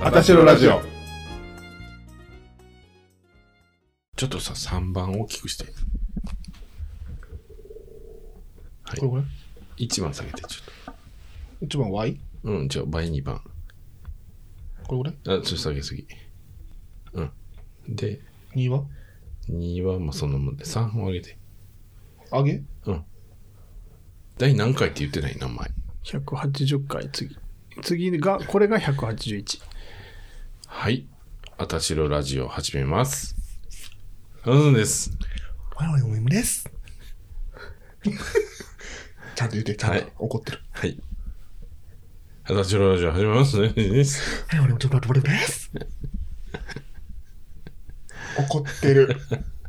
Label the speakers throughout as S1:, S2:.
S1: あたしろラジオ。
S2: ちょっとさ、3番大きくして。はい
S1: これこれ
S2: 1番下げて、ちょっ
S1: ?1 番 Y?
S2: と。うん、じゃあ倍2番。
S1: これこれ
S2: あ、ちょっと下げすぎ。うん。で、
S1: ?2 は
S2: 2はまあそのもんで、3を上げて。
S1: 上げ
S2: 第何回って言ってない名前。
S3: 180回次次がこれが181
S2: はい。あたしろラジオ始めます。あずんです。
S1: 我々も M です。ちゃんと言って、ちゃんと、
S2: はい
S1: 怒ってる。
S2: はい。あたしろラジオ始めますね。
S1: はい、俺もちょっと待って、です。怒ってる。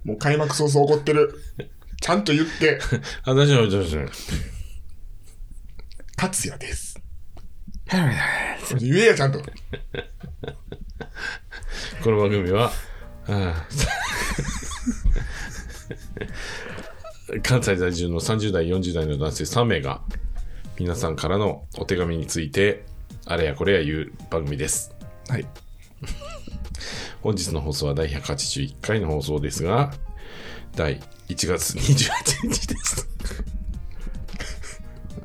S1: もう開幕早々怒ってる。ちゃんと言って、
S2: あたしろラジオ始め
S1: 達也です。言えや、ちゃんと。
S2: この番組は、 ああ関西在住の30代、40代の男性3名が、皆さんからのお手紙について、あれやこれや言う番組です。
S1: はい。
S2: 本日の放送は第181回の放送ですが、第1月28日です。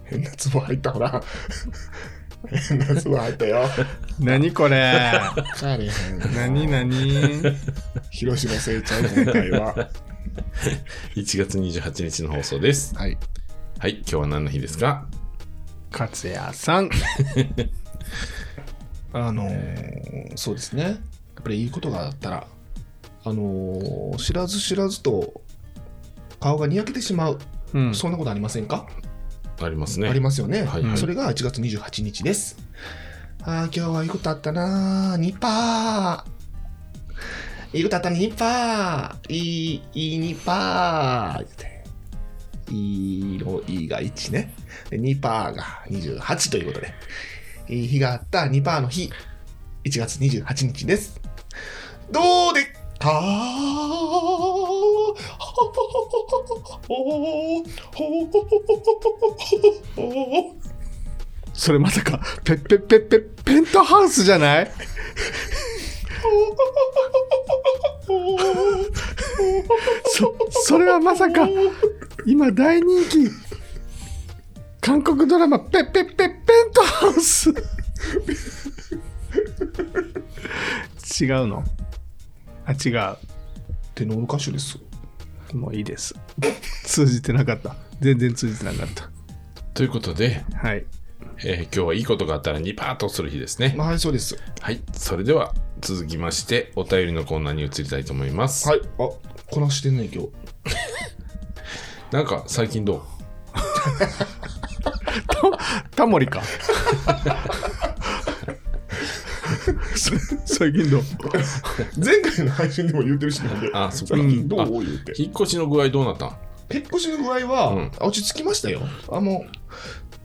S1: 変なツボ入ったほら。変なツボ入ったよ。
S3: 何これ
S1: 帰れへん。
S3: 何何
S1: 広島成長今回は。
S2: 1月28日の放送です。
S1: はい。
S2: はい、今日は何の日ですか
S3: 勝也さん
S1: あのーそうですね。やっぱりいいことがあったら、あのー知らず知らずと顔がにやけてしまう。
S3: うん
S1: そんなことありませんか、
S2: ありますね。
S1: ありますよね、
S2: はいはい
S1: それが1月28日です。ああ、今日はいいことあったなー。ニッパー。いいことあったね、ニッパー。いい、いいニッパー。って。いいの、いいが1ね。で、ニッパーが28ということで。いい日があったニッパーの日。1月28日です。どうでっかー
S3: それまさかペッペッペッペッペントハウスじゃないそそれはまさか今大人気韓国ドラマ「ペッペッペッペントハウス」違うのあ違
S1: テノール歌手です。
S3: うもういいです通じてなかった全然通じてなかった
S2: ということで、
S3: はい
S2: えー今日はいいことがあったら2パーとする日ですね。
S1: まあ、はいそうです。
S2: はい、それでは続きましてお便りのコーナーに移りたいと思います。
S1: はい。あ、こなしてんねん、今日。
S2: なんか最近どう
S3: タモリかそ 最近どう
S1: 前回の配信でも言ってるし、なんで。
S2: あ、そっか。
S1: 最近ど
S2: あ
S1: う言うて。
S2: 引っ越しの具合どうなったん
S1: 引っ越しの具合
S2: う
S1: は
S2: ん、
S1: あ落ち着きましたよ。あ、もう、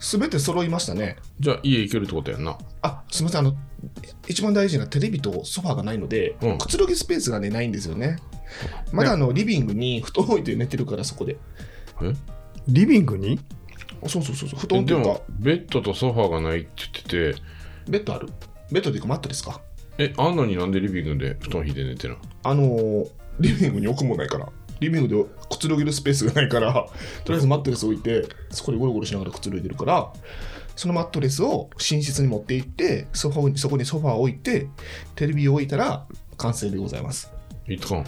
S1: すべて揃いましたね。
S2: じゃあ家行けるってことやんな。
S1: あ、すみません、あの、一番大事なテレビとソファーがないので、
S2: うん
S1: くつろぎスペースがね、ないんですよね。まだあの、リビングに布団置いて寝てるから、そこで。
S2: え
S3: リビングに
S1: あそうそうそうそう、布
S2: え
S1: 団と
S2: で
S1: いうか
S2: も、ベッドとソファーがないって言ってて、
S1: ベッドあるベッドというか、マットですか
S2: え、あんのになんでリビングで布団引いて寝てるの
S1: あのーリビングに置くもんないから、リビングでくつろげるスペースがないから、 とりあえずマットレス置いて、そこでゴロゴロしながらくつろいでるから、そのマットレスを寝室に持って行って、ソファーそこにソファーを置いて、テレビを置いたら完成でございます。
S2: いつかん。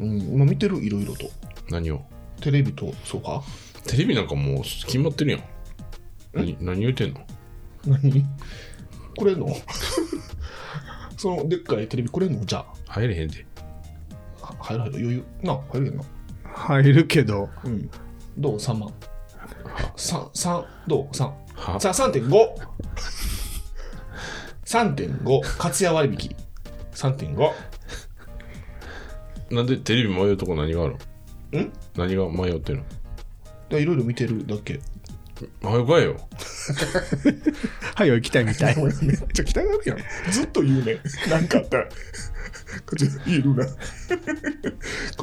S1: うん、今見てる、いろいろと。
S2: 何を
S1: テレビとソファー
S2: テレビなんかもう決まってるやん。何何言うてんの
S1: 何くれんの そのでっかいテレビくれんのじゃ
S2: 入れへんで。
S1: あ、は入る入る余裕。な、入るやんな。
S3: 入るけど
S1: うん。どう ?3 万。3、三どう ?3。
S2: は
S1: さあ、3.5。3.5。活屋割引。3.5。
S2: なんでテレビ迷うとこ何があるの
S1: ん
S2: 何が迷ってるの
S1: いろいろ見てるだ け。
S2: 早くえよ。
S3: はいよ行きたいみたい
S1: めっちゃ汚いやん。ずっと言うね。なんかあったら。こっち、言えるな。こ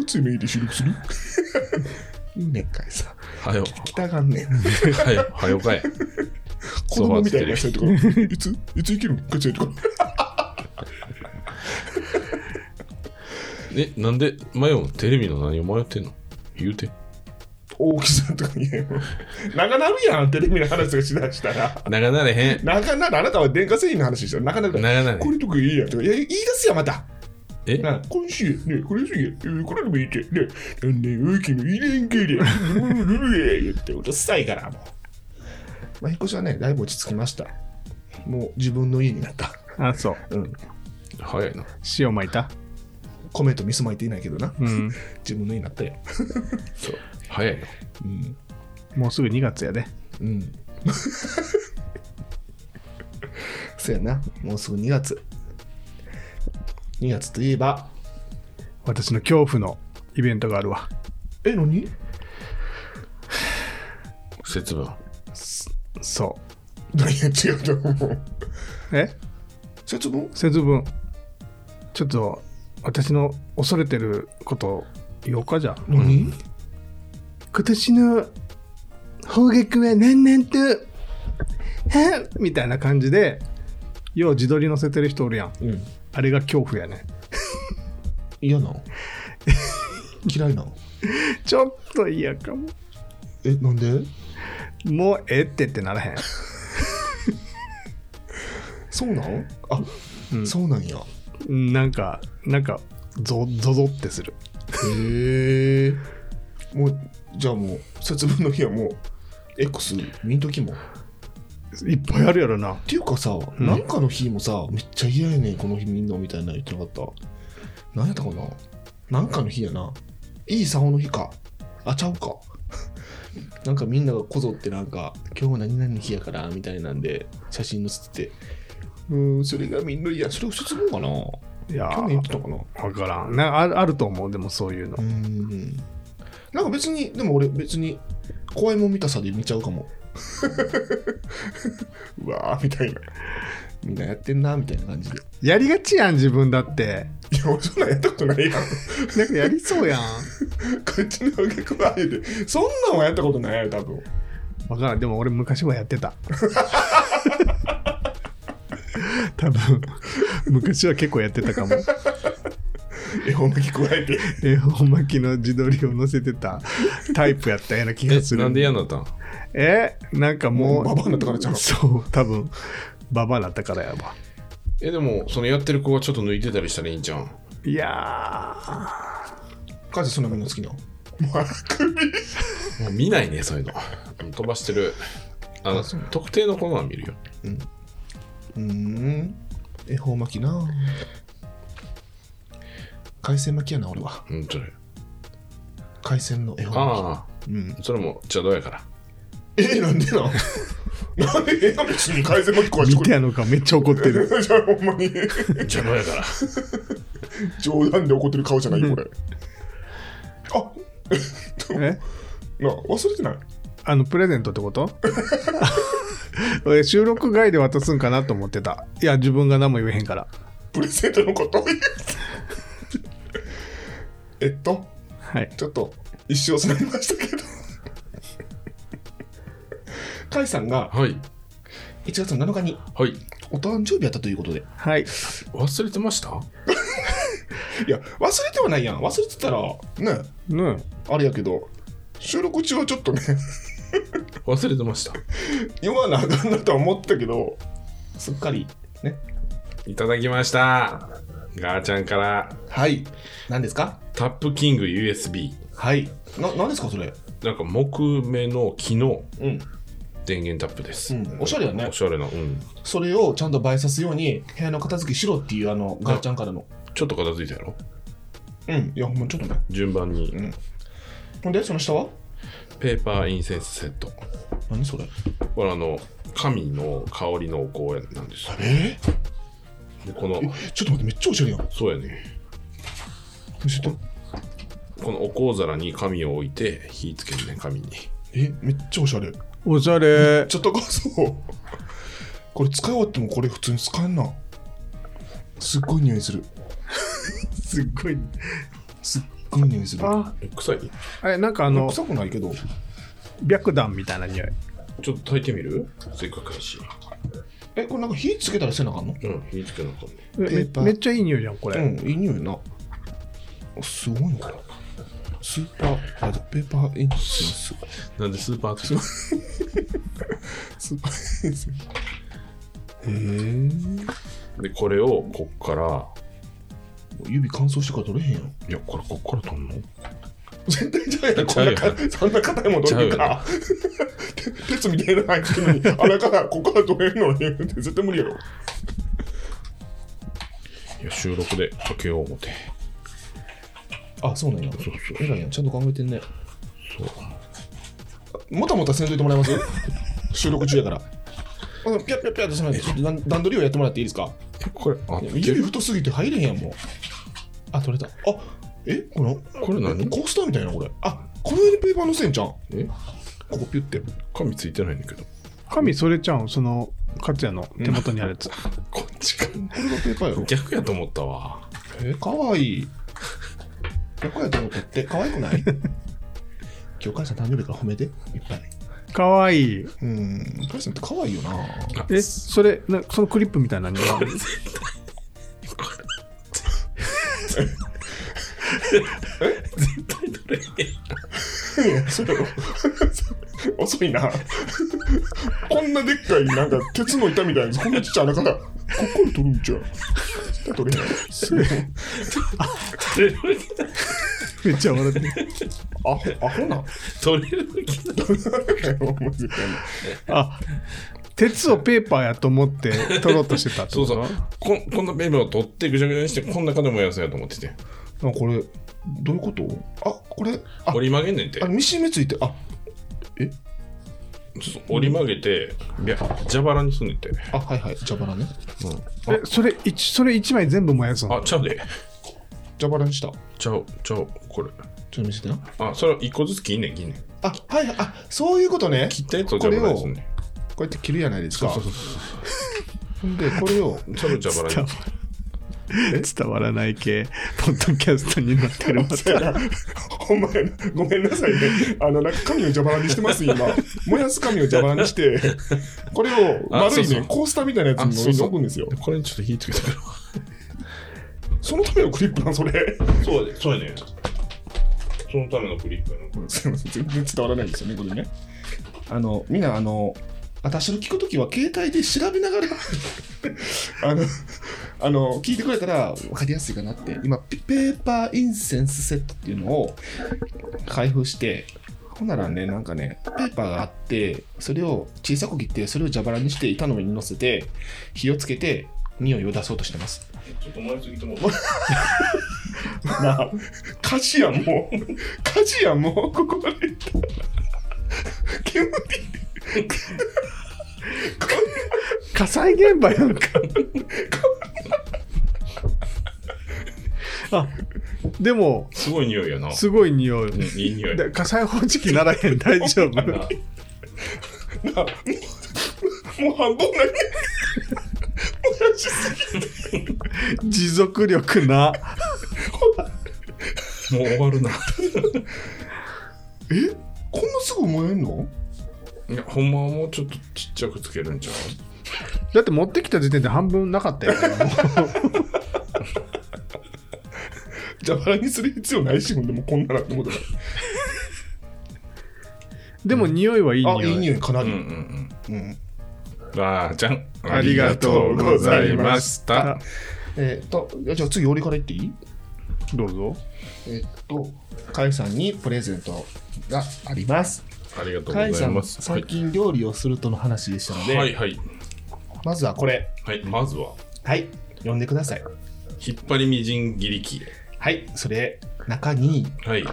S1: っち目で収録する言うねんかいさ。
S2: 早よ。
S1: 汚がんねん。
S2: はよ、はよ かい。
S1: 子供みたいな人とか、いつ、いつ行けるのガチャとか。
S2: え、なんで迷うのテレビの何を迷ってんの言うて。
S1: 大きさとかに長なるやんテレビの話とかしだしたら
S2: 長なれへん。
S1: 長なるあなたは電化製品の話でしょ長なる
S2: 長なれ
S1: こ。れとかいいやんとかいや言い出すやんまた
S2: え
S1: な今週ねこれすぎやうんこれでもいいってねなんで大きいのいいねんけりゃ言ってうるさいからもうまあ引っ越しはねだいぶ落ち着きましたもう自分の家になった
S3: あ、そう。
S1: うん
S2: 早いな。
S3: 塩巻いた
S1: 米と味噌巻いていないけどな
S3: うん。
S1: 自分の家になったよ
S2: そう。早いな。
S1: うん
S3: もうすぐ2月やで。
S1: うんそうやなもうすぐ2月2月といえば
S3: 私の恐怖のイベントがあるわ。
S1: え何
S2: 節分。
S3: そ
S1: 何や違うと思 う
S3: う。え
S1: 節分
S3: 節分。ちょっと、私の恐れてること、8日じゃん。
S1: 何、
S3: 今年の方角はなんなんと、はんみたいな感じで、よう自撮り載せてる人おるやん。
S1: うん
S3: あれが恐怖やね。
S1: 嫌な の嫌いなの
S3: ちょっと嫌かも。
S1: えなんで
S3: もうええってってならへん。
S1: そうなんあ、
S3: うん
S1: そうなんやへ
S3: なんか、なんか、ゾゾゾってする。
S1: えもうじゃあもう節分の日はもう X 見んときもっ
S3: いっぱいあるやろな。
S1: ていうかさ、
S3: ん
S1: なんかの日もさめっちゃ嫌やねんこの日みんなみたいな言ってなかったなんやったかななんかの日やないい竿の日かあちゃうか なんかみんながこぞってなんか今日は何々の日やからみたいなんで写真載せててうーんそれがみんないやそれを節分かない
S3: やー
S1: 去年言ってたかな
S3: わからん。なあるあると思う、でもそういうの
S1: う。んなんか別にでも俺別に怖いもん見たさで見ちゃうかも うわーみたいなみんなやってんなみたいな感じでい
S3: やりがちやん、自分だって。
S1: や俺そんなんやったことないやん
S3: なんかやりそうやん。
S1: こっちの方が怖いでそんなんはやったことないやろ多分
S3: わからん。でも俺昔はやってた。 多分昔は結構やってたかも。
S1: 絵本巻き加えて
S3: 恵方巻きの自撮りを載せてたタイプやったような気がす
S2: え、
S3: る。
S2: なんで嫌になったん
S3: えなんかもう。
S1: もうババアになったからちゃう
S3: そう、多分ババアになったからやば。
S2: え、でも、そのやってる子がちょっと抜いてたりしたらいいんじゃん。
S3: いやー。
S1: 母ちゃんそんなもの好きなの
S2: もう見ないね、そういうの。うん飛ばしてる。あの、特定の子のは見るよ。
S1: うーん恵方巻きな海鮮巻きやな俺は
S2: うん、それ。
S1: 海鮮の恵方巻
S2: ああ、
S1: きうん
S2: それも邪道やから。
S1: えー、なんでなんなんでええ話に改善巻き壊して
S3: 見
S1: くれ
S3: てやのかめっちゃ怒ってる
S1: じゃあほんまに
S2: 邪道やから。
S1: 冗談で怒ってる顔じゃないよこれあ
S3: え
S1: な忘れてない
S3: あのプレゼントってこと 俺収録外で渡すんかなと思ってたいや自分が何も言えへんから
S1: プレゼントのこと えっと
S3: はい
S1: ちょっと一生つなりましたけど甲斐さんが
S2: はい。
S1: 1月の7日に
S2: はい。
S1: お誕生日やったということで
S3: はい
S2: 忘れてました
S1: いや忘れてはないやん忘れてたらね
S3: ね
S1: あれやけど収録中はちょっとね
S2: 忘れてました。
S1: 言わなあかんなとは思ったけどすっかりね
S2: いただきました。ガーちゃんから、
S1: はい何ですか
S2: タップキング USB。
S1: はいな何ですかそれ
S2: なんか木目の木の
S1: うん
S2: 電源タップです。
S1: うんおしゃれやね
S2: おしゃれな。うん。
S1: それをちゃんと映えさすように部屋の片付けしろっていうあのガーちゃんからの
S2: ちょっと片付いたやろ
S1: うんいやほんまちょっとね
S2: 順番に、
S1: んほんでその下は
S2: ペーパーインセンスセット。
S1: 何それ
S2: これあの、神の香りのお香なんですよ。
S1: え
S2: でこの、
S1: ー、ちょっと待ってめっちゃおしゃれやん
S2: そうやね。
S1: 見せて
S2: このお香皿に紙を置いて、火つけるね、紙に。
S1: えめっちゃおしゃれち
S3: おしゃれ
S1: ょっとこそうこれ使い終わってもこれ普通に使えんなすっごい匂いす る
S3: すっごい
S1: すっごい匂いする
S3: あ
S2: え臭い
S3: あれなんかあの
S1: 臭くないけど
S3: 白檀みたいな匂い
S2: ちょっと炊いてみるせっかくやし。
S1: えこれなんか火つけたらせなあかんの
S2: うん、火つけなあかんね。
S3: えめ
S1: ペーパー
S3: めっちゃいい匂いじゃんこれ、
S1: うんいい匂いなすごいな。スーパー、あペーパーエンジンス、
S2: なんでスーパーとして
S1: スーパーエンジン。へ
S2: でこれをこっから
S1: え。 指乾燥してから取れへんやん。
S2: いやこれこっから取んの
S1: 絶対 ちゃうやん。こんな
S2: ちゃう
S1: かそんな硬いもん取れるか。 鉄みたいな入ってるのに、あれからここから取れるのに、絶対無理やろ。
S2: いや収録でかけよう思て
S1: あ、そうなんや。そうそう。偉いやん。ちゃんと考えてんね。
S2: そう
S1: もたもたせんといてもらえます 収録中やから。あのピャッピャッピャッとしないで、ちょっと段段取りをやってもらっていいですか
S2: えこれあ
S1: いや
S2: いけ
S1: 指
S2: る
S1: 太すぎて入れへんやん、もう。あ、取れた。あ、えこの、
S2: これ何
S1: コースターみたいな、これ。あ、この上にペーパーのせんじゃん。こ
S2: え
S1: こピュって。
S2: 紙ついてないんだけど
S3: 神それちゃうんその勝也の手元にあるや つ
S2: こっちか
S1: これがペーパーやろ。
S2: 逆やと思ったわ
S1: えー、かわいい。こやと思って、かわいくない今日、母さん誕生日から褒めて、いっぱい。
S3: かわいい
S1: うん、母さんってかわいいよな。
S2: あ
S3: えそれなそのクリップみたいなのがある
S1: いやそうやろ遅いなこんなでっかいなんか鉄の板みたいなやつこんなちっちゃい穴からこっから取るんちゃう絶対取れない
S2: 取れる
S3: めっちゃ笑ってる
S1: アホアホ な
S2: 取れる気ない
S3: あ鉄をペーパーやと思って取ろうとしてたって
S2: そ
S3: こ
S2: う
S3: と
S2: そうこんこんなペーパーを取ってぐちゃぐちゃにしてこんな金もやせやと思ってて
S1: あこれどういうことあこれあ
S2: 折り曲げんねんて
S1: あミシン目ついてあ
S2: そう折り曲げていや蛇腹にすんねんて
S1: あはいはい蛇腹ね
S3: えそれ一それ一枚全部燃やすの
S2: あちゃうで
S1: 蛇腹にした
S2: ちゃうちゃうこれ
S1: ちょっと見せてな
S2: あそれは一個ずつ切んねん切んねん
S1: あはいはいあそういうことね
S2: 切ったやつを蛇腹にすんねん
S1: こうやって切るやないですか
S2: そうそう
S1: ほんでこれを
S2: それを蛇 腹に
S3: 伝わらない系ポッドキャストになってるま
S1: そうやな ほんまやな。ごめんなさいね。あの、なんか紙を蛇腹にしてます、今。燃やす紙を蛇腹にして、これを
S2: あ
S1: 丸
S2: そう
S1: い
S2: そ
S1: ね
S2: う、
S1: コースターみたいなやつに
S2: そうそう
S1: 置くんですよ。
S2: これにちょっと火つけてくる
S1: そのためのクリップなん、それ。
S2: そうでそうやねそのためのクリップやなこ
S1: すいません、全然伝わらないんですよね、これね。あの、みんな、あの、私の聞くときは携帯で調べながら あのあの聞いてくれたら分かりやすいかなって今ペペーパーインセンスセットっていうのを開封してほんならねなんかねペーパーがあってそれを小さく切ってそれを蛇腹にして板の上に乗せて火をつけて匂いを出そうとしてます
S2: れちょっと燃えすぎても
S1: なあ、火事やんもう。火事やんもう、ここまで行ったら。煙。
S3: 火災現場やんか あでも
S2: すごい匂いやな
S3: すごい匂い
S2: うんいい匂い
S3: で火災報知器ならへん大丈 夫
S2: な
S1: なあ、もうもう半分ない。燃やしすぎ
S3: 持続力な
S2: もう終わるな
S1: えこんなすぐ燃えんの
S2: いやほんまはもうちょっとちっちゃくつけるんちゃう
S3: だって持ってきた時点で半分なかったよ
S1: 蛇腹にする必要ないし、ほんでもうこんななってことだ。
S3: でも匂いはいい
S1: あ、
S3: 匂い
S1: いい匂いかな
S2: うんう
S1: り。う
S2: ん
S1: ん
S2: うんあーちゃん
S3: ありがとうございました
S1: えーっと、じゃあ次俺から言っていい
S3: どうぞ
S1: えーっと、カイさんにプレゼントがあります。
S2: ありがとうご
S1: カイ
S2: ざ
S1: さ
S2: い
S1: ん、
S2: ますはい
S1: 最近料理をするとの話でしたので、
S2: はいはい
S1: まずはこれ。
S2: はいまずは
S1: はい、読んでください。
S2: 引っ張りみじん切り器
S1: はい、それ、中に、
S2: はい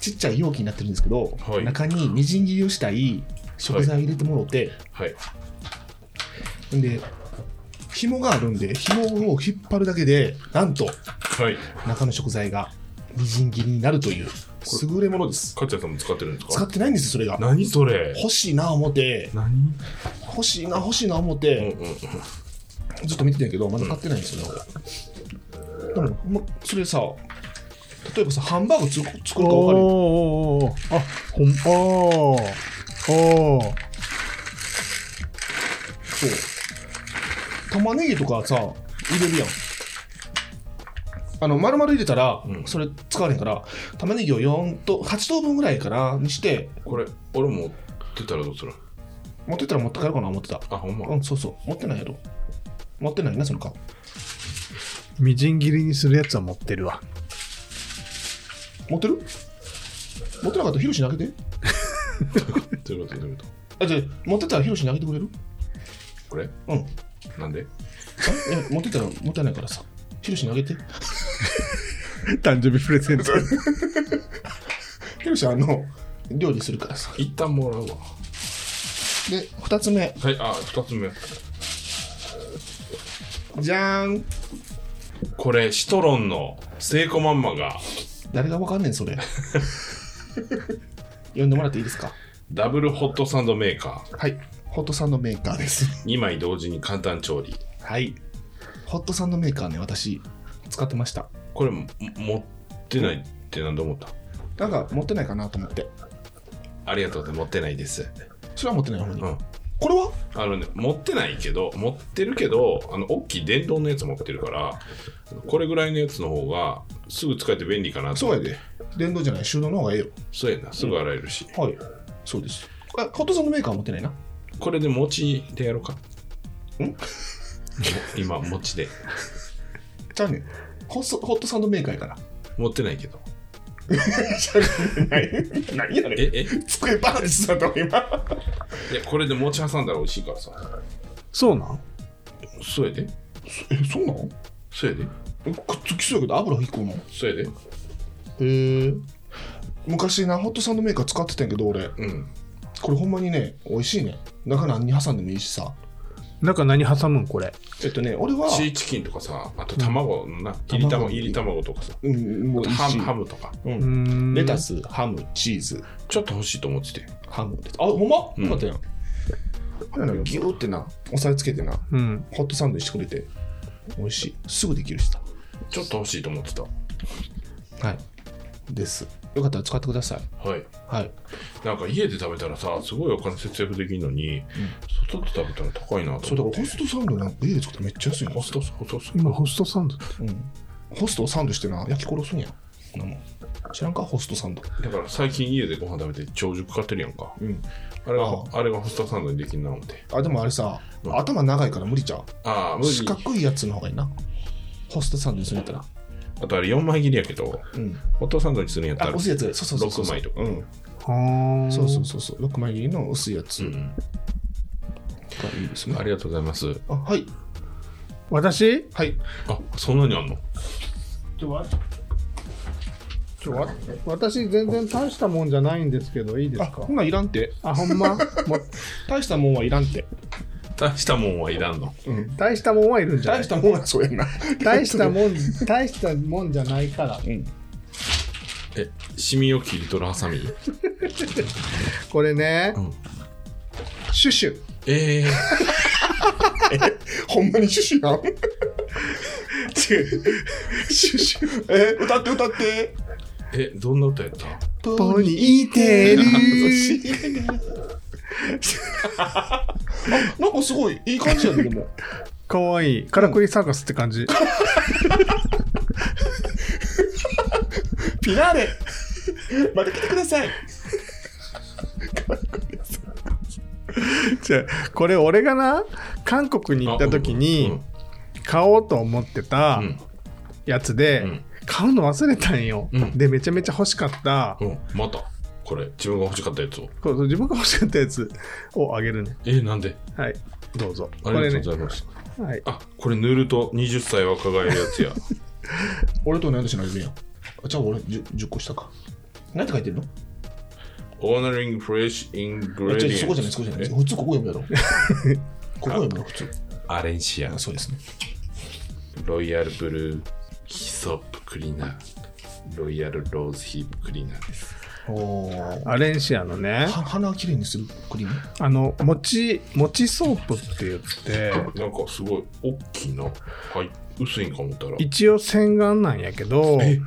S1: ちっちゃい容器になってるんですけど、
S2: はい
S1: 中にみじん切りをしたい食材を入れてもろて、
S2: はい
S1: んで、紐があるんで、紐を引っ張るだけで、なんと、
S2: はい
S1: 中の食材がみじん切りになるという、優れものです。
S2: かっちゃんさんも使ってるんです
S1: 使
S2: か
S1: ってないんですよ、それが。
S2: 何それ
S1: 欲しいな思って、
S2: 何
S1: 欲しいな、欲しいな思っ
S2: うんうん
S1: て、
S2: うん
S1: ずっと見てたんやけど、まだ買ってないんですよね。だから、ま、それさ、例えばさ、ハンバーグつ作るか分かる
S3: おーおーおーあほんおーおー
S1: そう。玉ねぎとかさ、入れるやん。あの丸々入れたら、
S2: うん
S1: それ使われへんから玉ねぎを4と8等分ぐらいかなにして
S2: これ俺持ってたらどうする
S1: 持ってったら持って帰ろうかな思ってた
S2: あほんま、
S1: うんそうそう持ってないやろ持ってないなその顔
S3: みじん切りにするやつは持ってるわ
S1: 持ってる持ってなかったらヒロシにあげて
S2: どういうことどういうこと
S1: あじゃあ持ってたらヒロシにあげてくれる
S2: これ
S1: うんあい
S2: なんで
S1: や持ってたらもったいないからさヒロシにあげて
S3: 誕生日プレゼント
S1: ヒロシあの料理するからさ
S2: 一旦もらうわ
S1: で2つ目
S2: はいあ二つ目
S1: じゃーん
S2: これシトロンのセイコマンマが
S1: 誰がわかんねんそ れ呼んでもらっていいですか
S2: ダブルホットサンドメーカ
S1: はいホットサンドメーカーです
S2: ー2枚同時に簡単調理
S1: はいホットサンドメーカーね私使ってました
S2: これも持ってないって何で思った
S1: なんか持ってないかなと思って
S2: ありがとうって持ってないです
S1: それは持ってない方に、
S2: うん
S1: これは
S2: あのね持ってないけど持ってるけどあの大きい電動のやつ持ってるからこれぐらいのやつの方がすぐ使えて便利かなと
S1: そう
S2: 思
S1: や
S2: って
S1: で電動じゃない手動の方がええよ
S2: そうやなすぐ洗えるし、
S1: はいそうですあホットサンドメーカーは持ってないな
S2: これで餅でやろうか
S1: ん
S2: 今餅で
S1: じゃあねんホッソホットサンドメーカーやから
S2: 持ってないけど
S1: 何 何や
S2: ええ
S1: 机バーンしたと今
S2: いやこれで餅挟んだら美味しいからさ
S3: そうなん
S2: そうやで
S1: えそうなの
S2: そうやで
S1: えくっつきそうやけど油引くもんへ
S2: そうやで
S1: え昔なホットサンドメーカー使ってたんやけど俺
S2: うん
S1: これほんまにね美味しいね中何に挟んでもいいしさ
S3: 中何挟むんこれ
S1: えっとね俺は
S2: シーチキンとかさあと卵のな、いり
S1: 卵
S2: 卵いり卵とかさ
S1: うんもういいし
S2: ハムハムとか
S1: うん
S3: ん
S1: レタス、ハム、チーズ、
S2: ちょっと欲しいと思ってて
S1: ハムです。あ、ほんま、
S2: うん
S1: よかったやん。あれなのギューってな、押さえつけてな、
S3: うん
S1: ホットサンドにしてくれて、美味しい。すぐできるしさ。
S2: ちょっと欲しいと思ってた
S1: はい。です。よかったら使ってください。
S2: はい
S1: はい。
S2: なんか家で食べたらさすごいお金節約できるのに、外で食べたら高いな
S1: そ
S2: と
S1: れだ
S2: 思
S1: から
S2: って
S1: ホストサンドなんか家で作ったらめっちゃ安いの
S2: ホストホスト
S3: 今ホストサンド
S1: うん。ホストをサンドしてな、焼き殺すんや。こんなもん。知らんかホストサンド。
S2: だから最近家でご飯食べて朝食買ってるやんか
S1: うん。
S2: あれが
S1: あ
S2: あれがホストサンドにできんな思って
S1: あ、でもあれさ、
S2: うん
S1: 頭長いから無理ちゃう。
S2: ああ無
S1: 四
S2: 理
S1: 角いやつの方がいいな。ホストサンドにするんやったら。
S2: あとあれ4枚切りやけど
S1: うん。
S2: ホットサンドにするんやった
S1: あ、
S2: ら
S1: 薄いやつ。そうそうそうそう。
S2: 6枚とか
S1: うん。
S3: はあ
S1: そうそうそうそう、六枚切りの薄いやつ
S2: う
S1: が
S2: ん
S1: いいですね。
S2: ありがとうございます
S1: あはい
S3: 私
S1: はい。
S2: あそんなにあんの
S3: ちょわちょわ私全然大したもんじゃないんですけどいいです
S1: あ
S3: か
S1: ほないらんて。
S3: あほんまもう
S1: 大したもんはいらんて。
S2: 大したもんはいらんの
S1: うん。
S3: 大したもんはいるんじゃな
S1: 大
S3: い
S1: したもんはそうやんな。
S3: 大したもん大したもんじゃないから
S1: うん。
S2: えシミを切り取るハサミ
S3: これね、
S2: うん
S3: シュシュ
S2: ええ
S1: ほんまに趣旨なん。 違う。趣旨。え歌って歌って。
S2: えどんな歌やった
S1: ポ
S3: ポニー テール
S1: なんかすごいいい感じやねでも。
S3: かわいいカラクリサーカスって感じ、
S1: ピナーレ。 また来てください。
S3: じゃあこれ俺がな韓国に行った時
S2: あう
S3: に
S2: ん
S3: 買おうと思ってた
S2: うん
S3: やつで、
S2: うん
S3: 買うの忘れたんよ、
S2: うん
S3: でめちゃめちゃ欲しかった、
S2: うん、またこれ自分が欲しかったやつを
S3: こう自分が欲しかったやつをあげるね
S2: えー、なんで
S3: はいどうぞ
S2: あ
S3: こ
S2: り
S3: れ
S2: が
S3: ね
S2: とうございます、
S3: はい、
S2: あこれ塗ると20歳若返るやつや
S1: 俺と何としないでやん。あじゃあ俺十十個したか。何て書いてるの？
S2: オーナリングフレッシュイングレデ
S1: じゃ
S2: ィエン
S1: そこじゃない、そこじゃない。普通ここ読むや ろ。ここ読むやろ、普通。
S2: アレンシア
S1: あそうですね。
S2: ロイヤルブルーヒソップクリーナーロイヤルローズヒープクリーナーです
S1: おー
S3: アレンシアのね
S1: は鼻をきれいにするクリーム。
S3: あの餅餅ソープって言って
S2: なんかすごい大きいなはい薄いんか思ったら
S3: 一応洗顔なんやけど
S2: え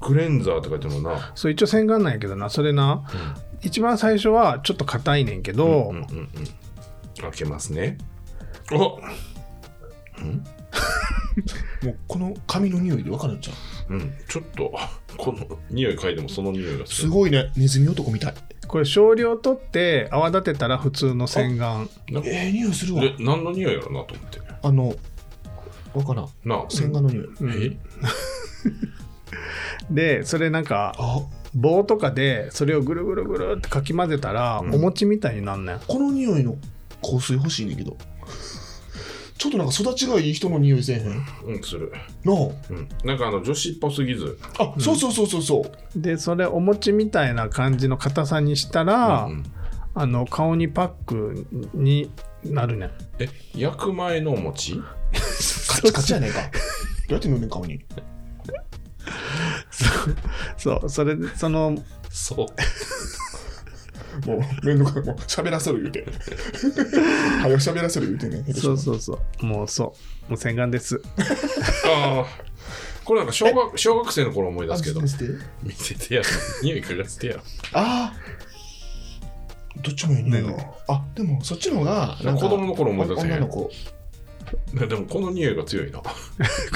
S2: クレンザーって書いてあるもんな
S3: そう一応洗顔なんやけどなそれな、一番最初はちょっと硬いねんけど、
S2: うんうんうん開けますねあん
S1: もうこの髪の匂いで分かるんちゃう
S2: うん、ちょっと、 この匂い嗅いでもその匂いがす
S1: す
S2: る。
S1: ごいねネズミ男みたい
S3: これ少量取って泡立てたら普通の洗顔
S2: なんか
S1: ええ匂いするわ
S2: で何の匂いやろなと思って。
S1: あの分からん
S2: なあ、
S1: 洗顔の匂い、
S3: うん
S2: え
S3: でそれなんか
S1: あ
S3: 棒とかでそれをぐるぐるぐるってかき混ぜたら
S2: うん
S3: お餅みたいになんねん、
S1: この匂いの香水欲しいねん けどちょっとなんか育ちがいい人の匂いせえへんな
S2: うん、する。
S1: あ
S2: うん。なんかあの、女子っぽすぎず。
S1: あ、そうそうそうそうそう
S3: でそれお餅みたいな感じの硬さにしたら、
S2: うんうん
S3: あの顔にパックになるねん
S2: え、焼く前のお餅
S1: カチカチやねんかどうやって塗んねん顔に
S3: そうそれでその
S2: そう。
S1: もう面倒くさいもう喋らせる言う て早く喋らせる言うてね
S3: そうそうそうもうそうもう洗顔です
S2: ああ。これなんか小学小学生の頃思い出
S1: あ
S2: すけど
S1: 見。せて
S2: 見せてや。匂い嗅がせてや。
S1: あーどっちもいいね
S3: ね
S1: あでもそっちの方がなんか
S2: 子供の頃思い出せへん
S1: 女の子
S2: なでもこの匂いが強いな。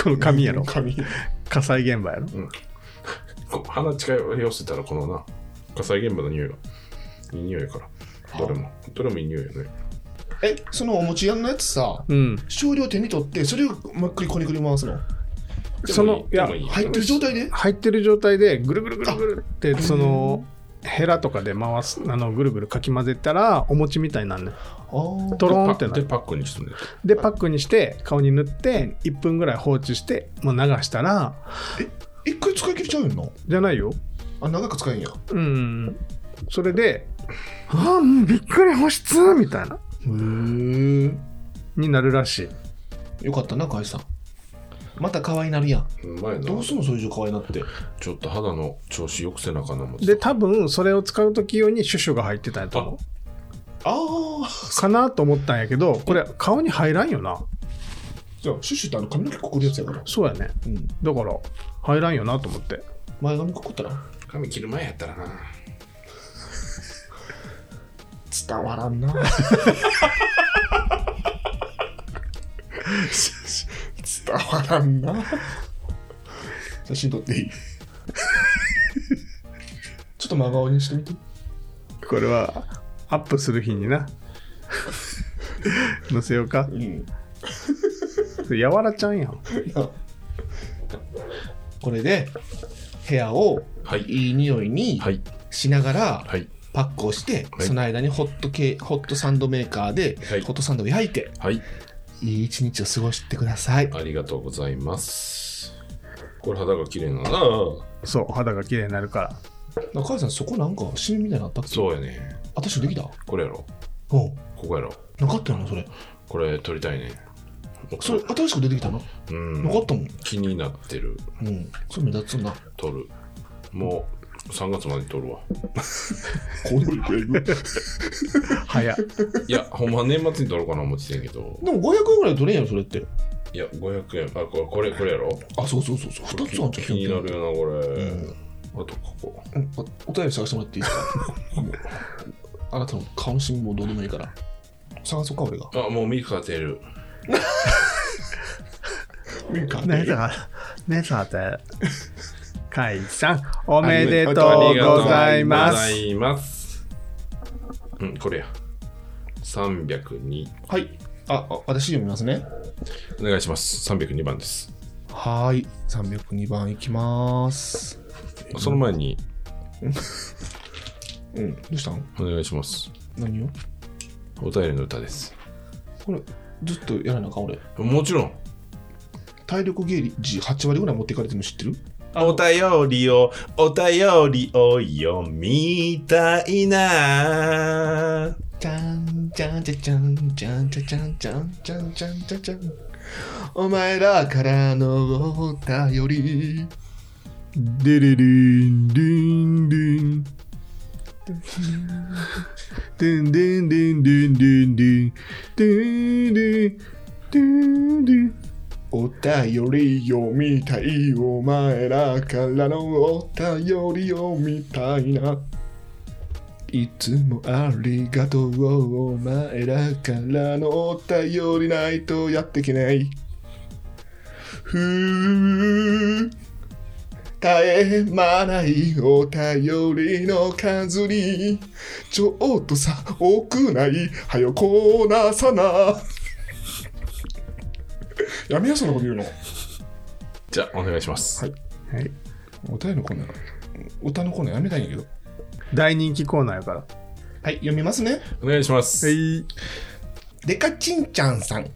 S3: この髪やろ
S1: 髪
S3: 火災現場やろ
S2: こう鼻近寄せたらこのな、火災現場の匂いが。いい匂いやから。どれも。どれもいい匂いよね。
S1: えそのお餅屋のやつさ
S3: うん
S1: 少量手に取ってそれをむっくりこねくり回すの
S3: そのいや
S1: 入ってる状態で
S3: 入ってる状態でぐるぐるぐるぐるってそのヘラとかで回すあのぐるぐるかき混ぜたらお餅みたいになんねん
S1: あー
S3: とドローンって
S2: で
S3: な
S2: パ
S3: る
S2: でパックにしてんねん
S3: でパックにして顔に塗って1分ぐらい放置してもう流したら
S1: 一回使い切れちゃうよな
S3: じゃないよ
S1: あ長く使えんやへ
S3: うんそれで「ああもうびっくり保湿!」みたいなになるらしい
S1: えよかったな海さんまた可愛いなるやん
S2: うまいな
S1: どうすんのそれ以上可愛いなって
S2: ちょっと肌の調子よくせなあかんなもん
S3: で多分それを使う時用にシュシュが入ってたんやと思
S1: ああ
S3: うかなと思ったんやけどこれ顔に入らんよな
S1: じゃあシュッシュってあの髪の毛くくるやつやから、
S3: そうやね
S1: うん、
S3: だから入らんよなと思って
S1: 前髪くくったら
S2: 髪切る前やったらな
S1: 伝わらんな 伝わらんな写真撮っていいちょっと真顔にしてみて
S3: これはアップする日にな 載せよ うか
S1: うん
S3: やわらちゃんやん
S1: これで部屋を
S2: はい
S1: いい匂いに
S2: はい
S1: しながら
S2: はい
S1: パックをして、
S2: はい
S1: その間にホット系ホットサンドメーカーで、
S2: はい
S1: ホットサンドを焼いて
S2: はい
S1: いい一日を過ごしてください
S2: ありがとうございますこれ肌が綺麗なな
S3: そう肌が綺麗になるから
S1: 中井さんそこなんかシミみたいになったっけ
S2: そうやね
S1: 私できた
S2: これやろ
S1: うん
S2: ここやろ
S1: なかったよなそれ
S2: これ撮りたいね
S1: それ新しく出てきたの、
S2: うん
S1: なかったもん
S2: 気になってる
S1: うんそれ目立つな
S2: 撮るもう3月まで撮るわ
S1: 行動力やる
S3: 早っ
S2: いやほんま年末に撮ろうかな思ってたんやけど
S1: でも500円ぐらい取れんやろそれって
S2: いや500円あこれこれこれやろ
S1: あそうそうそうそう2つあるんちゃう
S2: 気になるよなこれ、
S1: うん
S2: あとここ
S1: うんあお便り探してもら っていいですかもうあなたの顔のシミもどうでもいいから探そうか俺が
S2: あもうミルク当てる
S1: いいか
S3: 姉さん姉さんってかいさんおめでとうございま
S2: あ
S3: す
S2: りがとうございますうん、これや。302。
S1: はいああ私読みますね
S2: お願いします。302番です。
S1: はーい302番いきます
S2: その前に
S1: うんどうしたん
S2: お願いします。
S1: 何を
S2: お便りの歌です。
S1: これずっとやらなあかん俺
S2: もちろん。
S1: 体力ゲージ8割ぐらい持っていかれてるの知ってる
S2: お便りを、お便りを読みたいな。
S1: じゃんじゃんじゃじゃんじゃんじゃじゃんじゃんじゃんじゃんじゃじゃんお前らからのお便り
S3: デレリンディンディンデンデンデンデンデンデンデンデンデンデン
S1: お便り読みたいお前らからのお便り読みたいないつもありがとうお前らからのお便りないとやっていけないふう絶え間ないお便りの数にちょっとさ多くないはよこなさなやめよそんなこと言うの
S2: じゃあ、お願いします。
S3: はい、
S1: お便りのコーナー歌のコーナーやめたいんやけど
S3: 大人気コーナーやから。は
S1: はい読みますね
S2: お願いします。
S3: い。
S1: デカチンちゃんさん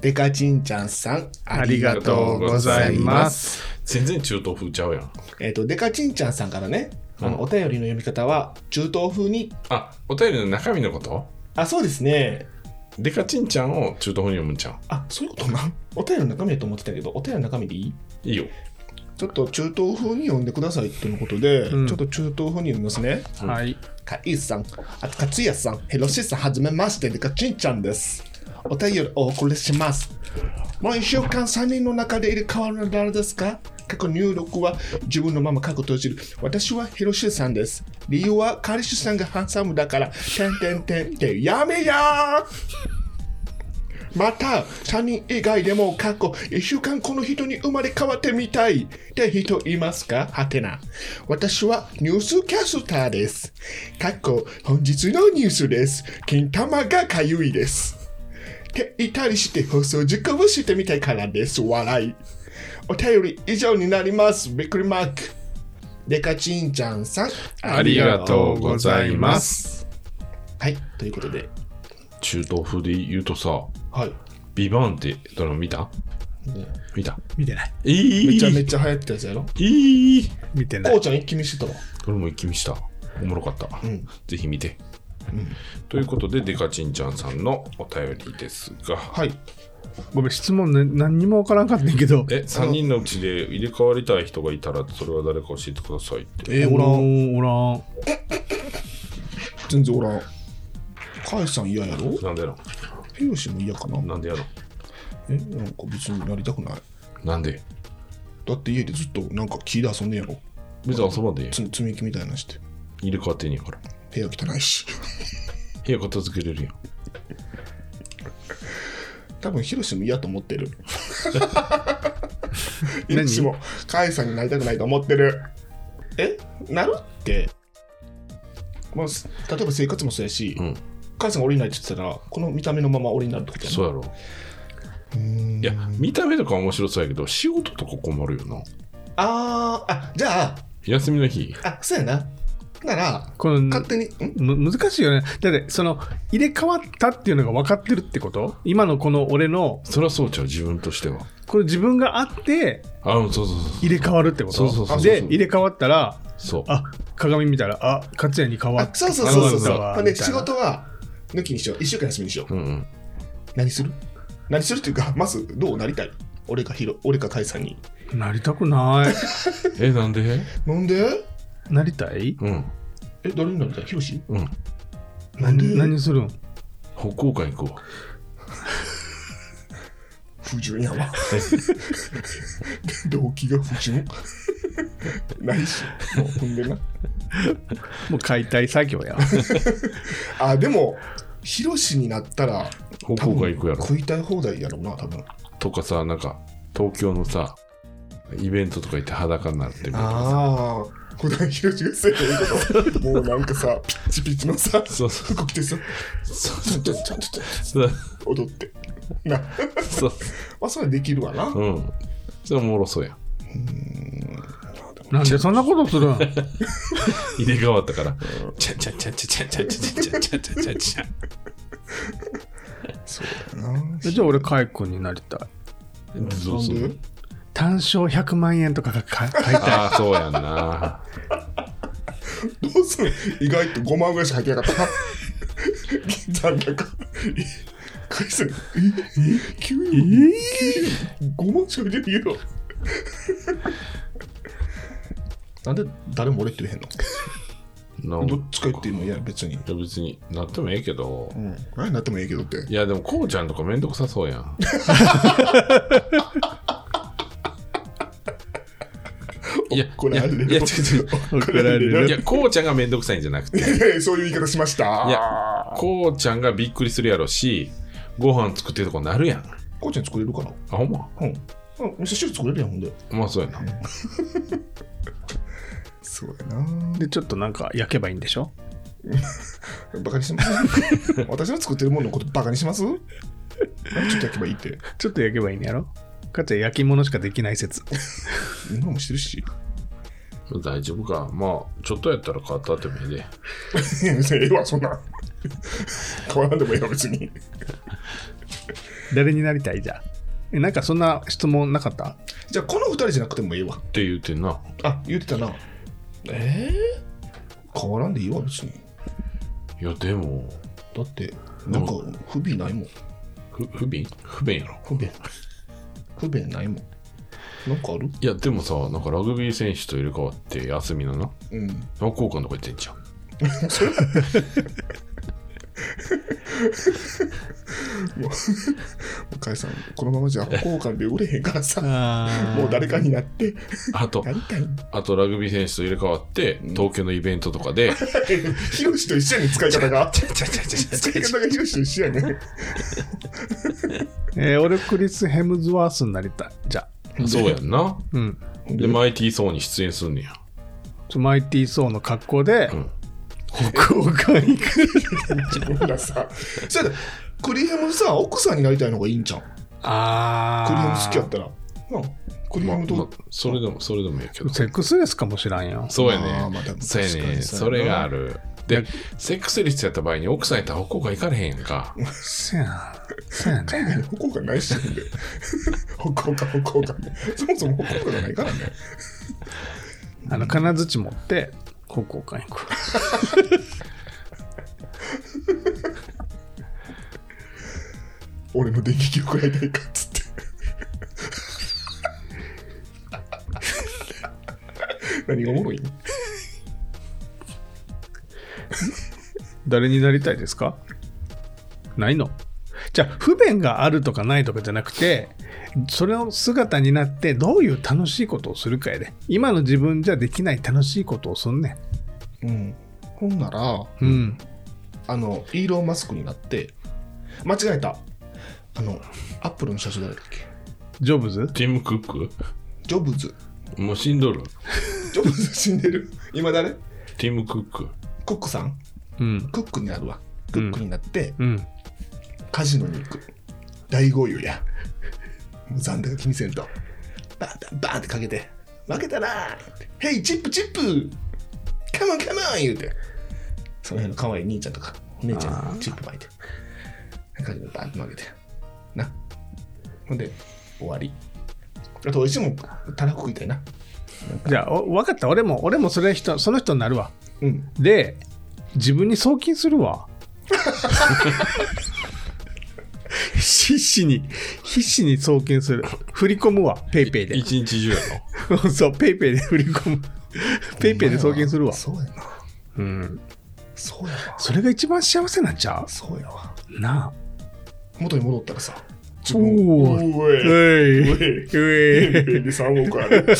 S1: デカチンちゃんさんありがとうございます
S2: 全然中東風ちゃうやん。
S1: えっ、とデカチンちゃんさんからね、あ
S2: うん
S1: のお便りの読み方は中東風に
S2: あ、お便りの中身のこと
S1: あそうですね
S2: デカチンちゃんを中東風に読むんちゃん。
S1: あそういうことなんお便りの中身だと思ってたけどお便りの中身でいい
S2: いいよ。
S1: ちょっと中東風に読んでくださいってのことで、
S3: うん
S1: ちょっと中東風に読みますね
S3: はい。
S1: かいさん、あとかつやさん、ヘロシさん、はじめまして、でかちんちゃんです。お便りお送りします。もう1週間3人の中で入れ替わるのは誰ですか過去入力は自分のまま過去閉じる。私はヘロシさんです。理由は彼氏さんがハンサムだから、てんてんてんってやめやまた、3人以外でも過去1週間この人に生まれ変わってみたいって人いますかはてな。私はニュースキャスターです。過去本日のニュースです。金玉がかゆいです。っていたりして放送事故をしてみたいからです。笑い。お便り以上になります。びっくりマーク。デカチンちゃんさん。
S2: ありがとうございます。
S1: はい、ということで。
S2: 中東風で言うとさ、
S1: はい。
S2: ビバンってドラマ見た見た。
S3: 見てない。
S2: いい
S1: めちゃめちゃ流行ったやつやろ。
S2: いい
S3: 見てな
S1: こう
S3: い。
S1: ちゃん一気見してたわ。
S2: 俺も一気見した。おもろかった。
S1: ん
S2: ぜひ見て。ということで、デカチンちゃんさんのお便りですが、
S1: はい。
S3: ごめん、質問ね、何にもわからんかったんやけど。
S2: え、3人のうちで入れ替わりたい人がいたら、それは誰か教えてくださいって。
S1: えー、おらん。
S3: ん。おらん。
S1: 全然おらん。カイさん嫌やろ
S2: なんでやろ
S1: ヒヨシも嫌かな
S2: なんでやろ
S1: え、なんか別になりたくない。
S2: なんで
S1: だって家でずっとなんか木で遊んでんやろ。
S2: 別に遊ばんでいい
S1: つ積み木みたいなのして。
S2: 入れ替わってんねやから。
S1: 部屋汚いし。
S2: 部屋片付けれるやん。
S1: 多分ヒロシも嫌と思 ってる。ヒ
S3: 何
S1: ロシもカイさんになりたくないと思ってる。えなるって。まあ、す例えば生活もそうやし、
S2: うん
S1: カイさんが俺になるって言ってたら、この見た目のまま俺になるってことやな
S2: そうやろ。いや、見た目とか面白そうやけど、仕事とか困るよな。
S1: あー、あ、じゃ
S2: 休みの日。
S1: あ、あ、そうやな。なら、
S3: この
S1: 勝手に、ん
S3: む難しいよね。だって、その、入れ替わったっていうのが分かってるってこと今のこの俺の、
S2: そりゃそうちゃう、自分としては。
S3: これ自分があって、
S2: あ、うんそうそうそう。
S3: 入れ替わるってこと
S2: そうそうそうそう
S3: で、入れ替わったら、
S2: そう。
S3: あ、鏡見たら、あ、勝也に変わ
S1: あ
S3: っ、
S1: そうそうそうそう
S3: 変
S1: そ
S3: わるんだわ
S1: う。で、
S3: みたい
S1: 仕
S3: な
S1: 事は抜きにしよう。一週間休みにしよう。
S2: うんうん。
S1: 何する何するっていうか、ま ずどうなりたい俺かヒロ、俺かカイさんに。
S3: なりたくない。
S2: え、なんで
S1: なんで
S3: なりたい
S2: うん。
S1: え、誰になりたいヒロシ
S2: うん。
S1: なんで
S3: 何何するん
S2: 北欧館行こ
S1: 不純やわ。 動機が不純 ないし、もうほんでな。
S3: もう解体作業や。
S1: あ、でも、ヒロシになったら、
S2: う。北欧館行くやろ。
S1: 食いたい放題やろうな、多分。
S2: とかさ、なんか、東京のさ、イベントとか行って裸になってみる。
S1: ああ、普段ヒロシがせえへんこと。もうなんかさ、ピッチピチのさ、
S2: そうそう
S1: 服着てさ、
S2: そ
S1: ちょ
S2: う
S1: っとちょっとちょっ
S2: そう
S1: と踊って。な、
S2: そう
S1: まあ、それはできるわな。
S2: そううんそれおもろそうやん
S3: なんでそんなことするん
S2: 入れ替わったからちゃんちゃんちゃんちゃんちゃんちゃんちゃんちゃんちゃんちゃんちゃん
S1: そうだよな。
S3: じゃあ俺、海君になりたい。
S2: どうす
S1: な
S2: る
S1: んで
S3: 単勝100万円とかが 買い買いたい。
S2: ああそうやんな
S1: どうする意外と5万ぐらいしか入ってなかった。残高。返せ。ええ給与5万しか入ってないよ。なんで誰も俺って言えへんの
S2: なん
S1: どっちか言ってもいや別に。
S2: いや別になってもええけど
S1: うん。何になってもいいけどって。
S2: いやでもこうちゃんとかめんどくさそうやんいや
S1: 怒られる
S2: いやいやちょちょ
S1: 怒られる
S2: いやこうちゃんがめんどくさいんじゃなくて
S1: ええそういう言い方しました。
S2: いやこうちゃんがびっくりするやろしご飯作ってるとこなるやん
S1: こうちゃん作れるかな
S2: あほんま
S1: うん。うん味噌汁作れるやんほんで
S2: まあそうやな。
S1: そうやな
S3: でちょっとなんか焼けばいいんでしょ
S1: バカにします 私の作ってるもののことバカにしますなんかちょっと焼けばいいって
S3: ちょっと焼けばいいんやろかつて焼き物しかできない説
S1: 今もしてるし
S2: 大丈夫か。まあ、ちょっとやったら変わったってもいいで。
S1: いや別にええわそんなん変わらんでもええわ別に
S3: 誰になりたいじゃあえなんかそんな質問なかった
S1: じゃあこの二人じゃなくてもええわ
S2: って言うてんな。
S1: あ言ってたなえー、変わらんでいいわ別に
S2: いや、でも、
S1: だってなんか不備ないもん
S2: ふ不便不便やろ。
S1: 不便不便ないもんなんかある
S2: いや、でもさ、なんかラグビー選手と入れ替わって休みのな。
S1: うん
S2: 学校館とか行ってん じゃん。
S1: 向井さんこのままじゃ交換で売れへんからさ
S3: あ
S1: もう 誰かになって
S2: あと
S1: な、りたいんだ
S2: あとラグビー選手と入れ替わって、東京のイベントとか で、
S1: ヒロシと一緒やねん使い方が使い方がヒロシと一緒やねん
S3: えー俺クリス・ヘムズワースになりたいじゃあ
S2: そうやんな。
S3: うん
S2: で、マイティー・ソーに出演すんねや。
S3: ちょマイティー・ソーの格好で、
S2: うん
S3: 北欧館行く
S1: 自分がさそれだクリヘムさ奥さんになりたいのがいいんじゃんク
S3: あ
S1: リヘム
S3: あ
S1: 好きやったらなあクリヘムと、
S2: まあそれでも、それでもいいけど。
S3: セックスレスかもしらんやん
S2: そうや
S1: まあまあ
S2: ね
S1: でも。
S2: そうや
S1: 確か
S2: ね。
S1: に
S2: そ
S1: そうやな
S2: れが ある。で、セックス率やった場合に奥さんやったら北海道行かれへんやんか。
S3: そうやなそうや
S1: 海
S3: ね
S1: 外に歩行感ないしんで歩行感歩行感そもそも歩行感がないからね
S3: あの金槌持って北欧館行く
S1: 俺の電撃を食らいたいかっつって 何がおもろいの
S3: 誰になりたいですかないのじゃあ不便があるとかないとかじゃなくてそれの姿になってどういう楽しいことをするかやで今の自分じゃできない楽しいことをすんね
S1: うんほんなら
S3: んうん
S1: あのイーロン・マスクになって間違えたあのアップルの社長誰だっけ
S3: ジョブズ
S2: ティム・クッ
S1: ジョブズ
S2: クもう死んどる。
S1: ジョブズ死んでる今誰
S2: ティム・クック。
S1: クックさん
S3: うん
S1: クックになるわクックになって
S3: うん
S1: カジノに行く大豪遊やもう残高気にせんとバーンバンバンってかけて負けたら「ヘイチップチップカモンカモン!」言うてその辺の可愛い兄ちゃんとかお姉ちゃんにチップ巻いてカジノバーンって負けてなほんで終わりあと美味しいもんたらこ食いたいな
S3: じゃあお分かった俺も俺もそれ人その人になるわ
S1: うん
S3: で自分に送金するわ必死に必死に送金する振り込むわペイペイで
S2: 一日中やろ。
S3: そうペイペイで振り込むペイペイで送金するわ、
S1: そうやな
S3: うん、
S1: そうやわ
S3: それが一番幸せなんちゃ
S1: そうやわ
S3: うなあ
S1: 元に戻ったらさ自
S3: おー
S1: うえ
S3: いうう
S1: えで
S3: え
S1: 3億ある。
S3: ペイ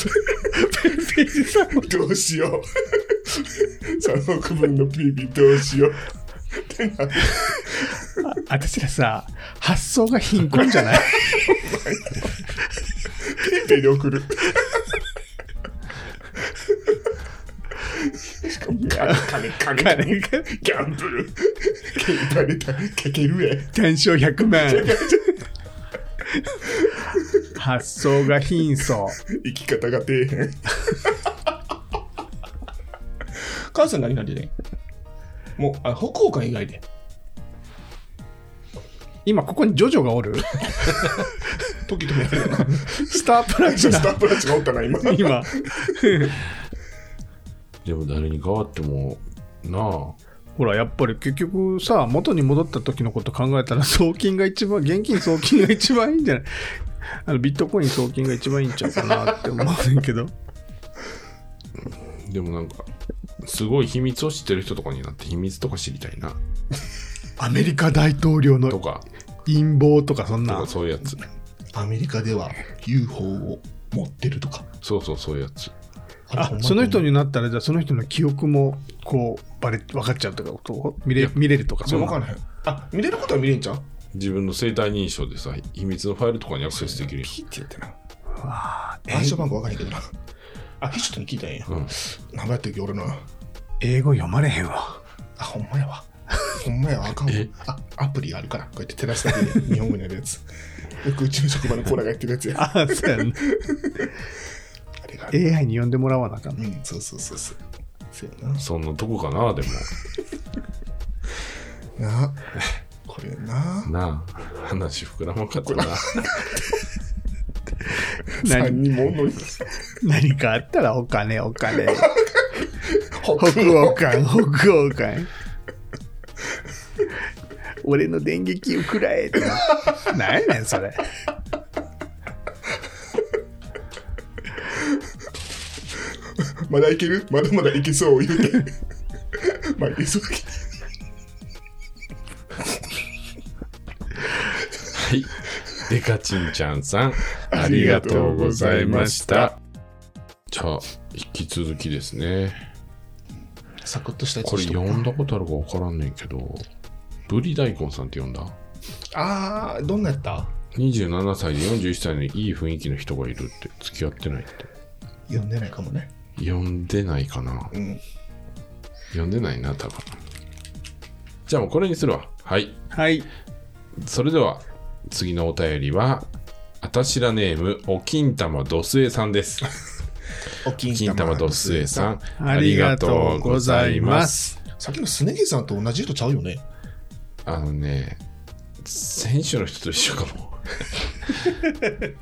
S3: ペイさ
S1: どうしよう。3億分のピーピーどうしよう。ってなる
S3: 私らさ発想が貧困じゃない
S1: ペイペイで送る。しかも金、金、金、
S3: 金が
S1: ギャンブル。携帯でかけるえ。
S3: 単勝100万発想が貧相
S1: 生き方が底辺。母さん何々でもう、あ、北欧館以外で。
S3: 今ここにジョジョがおる
S1: 時止められる な。
S3: スタープラチナ
S1: スタープラチナおったな、 今。
S3: 今
S2: でも誰に変わっても、な
S3: ほらやっぱり結局さ元に戻った時のこと考えたら送金が一番現金送金が一番いいんじゃないあのビットコイン送金が一番いいんちゃうかなって思うねんけど
S2: あ。でもなんか、すごい秘密を知ってる人とかになって秘密とか知りたいな。
S3: アメリカ大統領
S2: と
S3: の
S2: か、
S3: 陰謀とかそん
S2: と
S3: な
S2: かそういうやつ。
S1: アメリカでは UFO を持ってるとか。
S2: そうそうそういうやつ。
S1: れ
S3: あ
S1: ほんま
S3: その人になったらじゃあその人の記憶もこうバレ分かっちゃうとかこと見
S2: い
S3: れ
S2: や
S3: 見れるとか
S1: そ
S3: そ
S1: れ
S3: ん
S1: 分
S3: な
S1: かんない。あ、見れることは見れんじゃん
S2: 自分の生体認証でさ、秘密のファイルとかにアクセスできるやん
S1: ピッてやってな。
S3: わー
S1: 暗
S3: え
S1: 証番号わかんないけどな。あ、ヒッシュトに聞いたんや。
S2: うん
S1: 名前やったっけ、俺の。
S3: 英語読まれへんわ。
S1: あ、ほんまやわ。ほんまやわ、あかんわ
S2: え。
S1: あ、アプリあるから、こうやって照らすだけで日本語になるやつ。よくうちの職場のコーラがやってるやつや。
S3: あ、そうやん、ね。
S1: あれがある。
S3: AI に呼んでもらわなあか ん。
S1: うん、そうそうそうそう。そうやな。
S2: そんなとこかな、で
S1: なこれな
S2: も。なあ、話膨らまんか ったな。
S1: 三
S3: 何
S1: 人もおんのに
S3: 何かあったらお金、お金。
S1: 北
S3: 北
S1: 欧
S3: 欧感、北欧感。俺の電撃をくらえってな。何やねん、それ。
S1: まだいけるまだまだいけそう言うて まあいけそうだけど
S2: はい。デカチンちゃんさん、ありがとうございました。じゃあ、引き続きですね。
S1: サクッとしたやつ
S2: これ
S1: しとこ
S2: 読んだことあるか分からんねんけど、ブリ大根さんって読んだ
S1: あーどんなやった
S2: 27歳で41歳のいい雰囲気の人がいるって付き合ってないって
S1: 読んでないかもね
S2: 読んでないかな
S1: うん
S2: 読んでないな多分じゃあもうこれにするわはい
S3: はい。
S2: それでは次のお便りはあたしらネームお金玉どすえさんです
S1: お金
S2: 金玉どすえさん
S3: ありがとうございます。
S1: さっきのすね毛さんと同じ人ちゃうよね
S2: あのね選手の人と一緒か も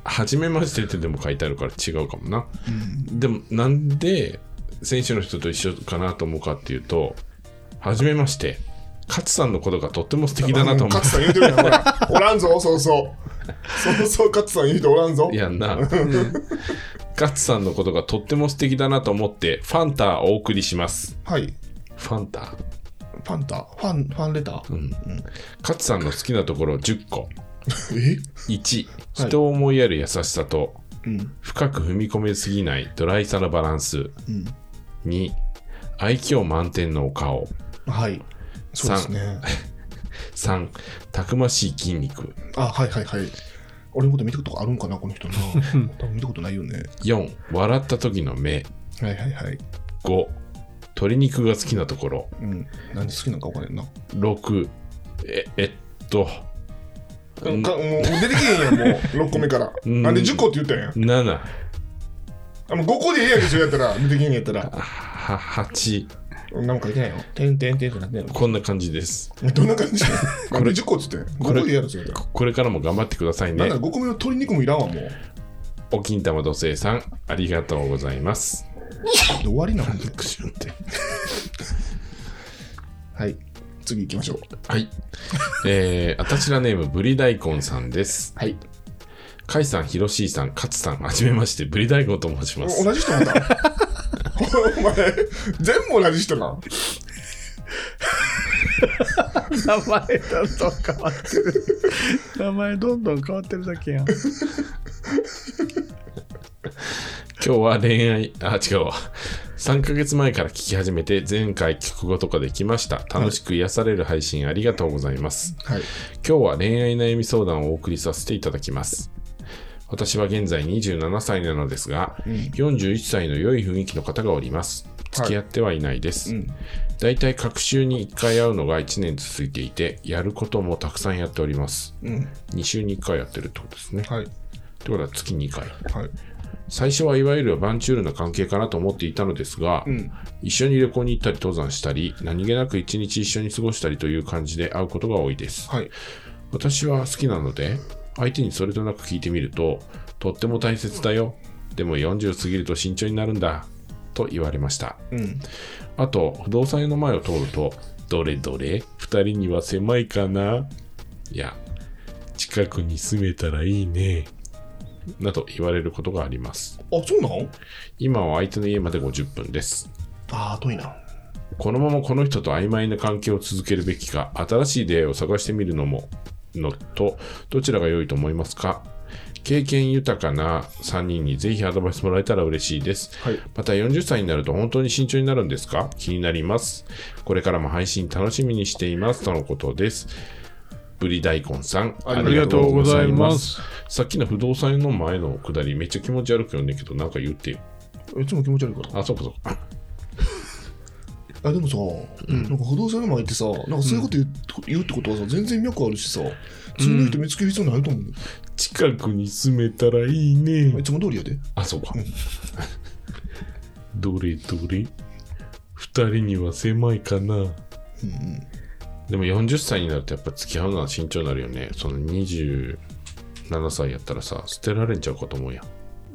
S2: 初めましてってでも書いてあるから違うかもな
S1: うん
S2: でもなんで選手の人と一緒かなと思うかっていうと初めまして勝さんのことがとっても素敵だなと思
S1: 勝さん言うてるやんほらおらん ぞそうそうそうそう勝さん言うておらんぞ
S2: うい やんな勝さんのことがとっても素敵だなと思ってファンターお送りします
S1: はい
S2: ファンター
S1: パンタファンファンレター、
S2: うん勝さんの好きなところ10個
S1: え
S2: 1
S1: はい
S2: 人を思いやる優しさと
S1: うん
S2: 深く踏み込めすぎないドライさのバランス
S1: うん
S2: 2愛嬌満点のお顔
S1: はいそうですね
S2: 3たくましい筋肉
S1: あはいはいはい俺のこと見たことあるんかなこの人 な多分見たことないよね
S2: 4笑った時の目
S1: はいはいはい
S2: 5鶏肉が好きなところ
S1: うん何で好きなんか分かんないな
S2: 6ええっと
S1: うんかもう出てけえへんやん、もう、6個目から。
S2: うん
S1: なんで10個って言ったんや。
S2: 7
S1: あの5個でええやんけ、それやったら、出てけえへんやった ら。
S2: は8
S1: なんかいけないよ。てんてんてんってなってん
S2: こんな感じです
S1: の。どんな感じなんで10個って言ったんや。
S2: こ
S1: 5
S2: れ
S1: 個でええやろ、それやったら。
S2: ここれからも頑張ってください
S1: なん
S2: ね
S1: なら5個目の鶏肉もいらんわ、もう。
S2: お金玉土星さんありがとうございます
S1: で終わりなの
S2: クシュンって
S1: はい。次行きましょう。
S2: はい えー、あたしらネームブリ大根さんです
S1: はい。
S2: 甲斐さんひろしーさん勝さんはじめましてブリ大根と申します
S1: 同じ人ま た。お前、全部同じ人な。
S3: 名前どんどん変わってる名前どんどん変わってるだけやん
S2: 今日は恋愛、あ、違うわ。3ヶ月前から聞き始めて、前回聞くことができました。楽しく癒される配信ありがとうございます。
S1: はい。
S2: 今日は恋愛悩み相談をお送りさせていただきます。私は現在27歳なのですが、41歳の良い雰囲気の方がおります。付き合ってはいないです。
S1: うん。
S2: 大体、各週に1回会うのが1年続いていて、やることもたくさんやっております。
S1: うん。
S2: 2週に1回やってるってことですね。
S1: はい。
S2: ってことは月2回。
S1: はい。
S2: 最初はいわゆるバンチュールな関係かなと思っていたのですが、
S1: うん。
S2: 一緒に旅行に行ったり登山したり何気なく一日一緒に過ごしたりという感じで会うことが多いです
S1: はい。
S2: 私は好きなので相手にそれとなく聞いてみるととっても大切だよでも40過ぎると慎重になるんだと言われました
S1: うん。
S2: あと不動産屋の前を通るとどれどれ2人には狭いかないや近くに住めたらいいねなど言われることがあります
S1: あ、そうなん
S2: 今は相手の家まで50分です
S1: ああ、遠いな。
S2: このままこの人と曖昧な関係を続けるべきか新しい出会いを探してみるのものとどちらが良いと思いますか経験豊かな3人にぜひアドバイスもらえたら嬉しいです、
S1: はい
S2: また40歳になると本当に慎重になるんですか気になりますこれからも配信楽しみにしていますとのことですぶり大根さん、
S3: ありがとうございます。
S2: さっきの不動産の前のくだり、めっちゃ気持ち悪く読んでんけど、なんか言ってよ。
S1: いつも気持ち悪いから
S2: あ、そうかそうか。
S1: あでもさ、なんか不動産の前ってさなんかそういうこと言う,、言うってことはさ全然脈あるしさ次の人見つける必要ないと思う、
S2: 近くに住めたらいいね
S1: ん、い。つも通りやで
S2: あ、そうか。どれどれ二人には狭いかな。
S1: うんうん
S2: でも40歳になるとやっぱ付き合うのは慎重になるよね。その27歳やったらさ、捨てられんちゃうかと思うやん。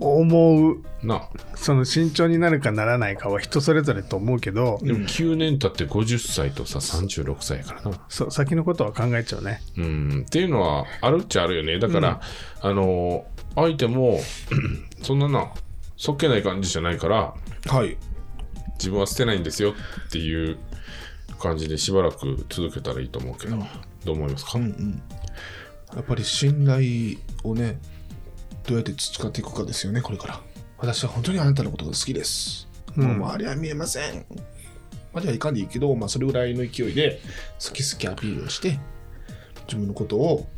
S3: 思う
S2: なあ
S3: その慎重になるかならないかは人それぞれと思うけど、
S2: でも9年経って50歳とさ、36歳やからな。
S3: そう先のことは考えちゃうね
S2: うん、っていうのはあるっちゃあるよねだから、あの相手も そんななそっけない感じじゃないから
S1: はい
S2: 自分は捨てないんですよっていう感じでしばらく続けたらいいと思うけど、どう思いますか、
S1: うんうんやっぱり信頼をねどうやって培っていくかですよねこれから私は本当にあなたのことが好きです、
S3: うん
S1: もう周りは見えません周りはいかんでいいけど、まあ、それぐらいの勢いで好き好きアピールをして自分のことを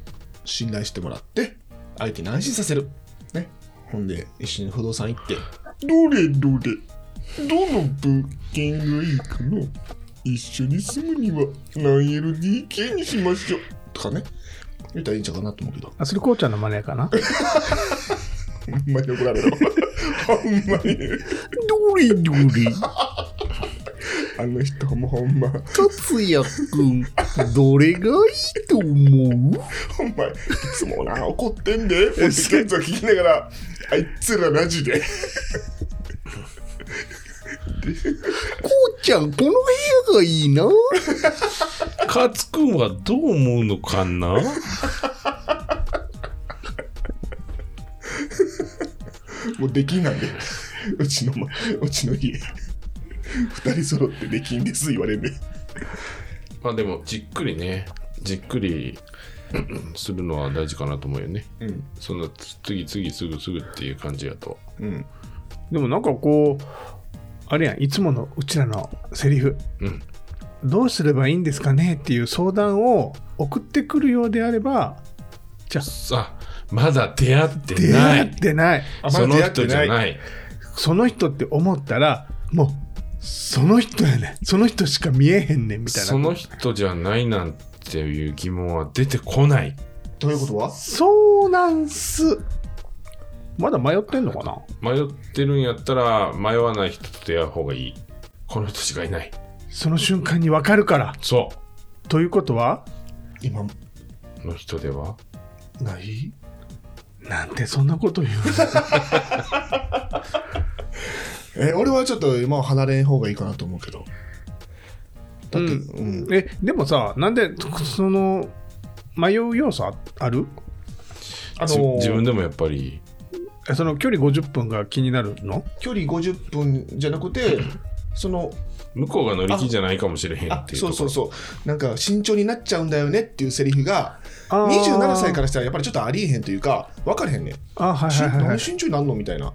S1: 信頼してもらって相手に安心させるねほんで一緒に不動産行ってどれどれどの物件がいいかな一緒に住むには何 LDK にしましょうとかね言ったらいいんちゃうかなと思うけど
S3: あそれこうちゃんのマネーかな
S1: ほんまに怒られるほんまに
S3: どれどれ
S1: あの人もほんま
S3: 達也くんどれがいいと思う
S1: ほんまいつもな怒ってんでポッドキャスト聞きながらあいつらマジで
S3: こうちゃんこの部屋がいいな
S2: 勝つくんはどう思うのかな
S1: もうできんなんでうちの、ま、うちの家二人揃ってできんです言われる
S2: まあでもじっくりねじっくりするのは大事かなと思うよね
S1: うん
S2: そんな次次すぐすぐっていう感じやと
S1: うん
S3: でもなんかこうあれやんいつものうちらのセリフ
S2: うん
S3: どうすればいいんですかねっていう相談を送ってくるようであれば
S2: さまだ出会って
S3: 出
S2: な
S3: 会
S2: い
S3: ってない
S2: その人じゃ
S1: い
S2: ない
S3: その人って思ったらもうその人やねんその人しか見えへんねんみたいな
S2: その人じゃないなんていう疑問は出てこない
S1: どういうことは
S3: そうなんすまだ迷ってんのかな
S2: 迷ってるんやったら迷わない人と出会う方がいいこの人しかいない
S3: その瞬間に分かるから
S2: そ
S3: ということは
S1: 今
S2: うの人では
S1: ない
S3: なんてそんなこと言う
S1: え俺はちょっと今は離れん方がいいかなと思うけどだって、うん
S3: のえでもさなんでその迷う要素あある
S1: あの
S2: じ
S1: ー
S2: 自分でもやっぱり
S3: えその距離50分が気になるの
S1: 距離50分じゃなくてその
S2: 向こうが乗り気じゃないかもしれへん
S1: あ
S2: っていう
S1: そ
S2: とこ
S1: う
S2: ろ
S1: そうそうなんか慎重になっちゃうんだよねっていうセリフが
S3: あー
S1: 27歳からしたらやっぱりちょっとありえへんというか分かれへんねん
S3: あはい
S1: し
S3: はいはい、は
S1: 何
S3: い
S1: で慎重になんのみたいな、
S3: うん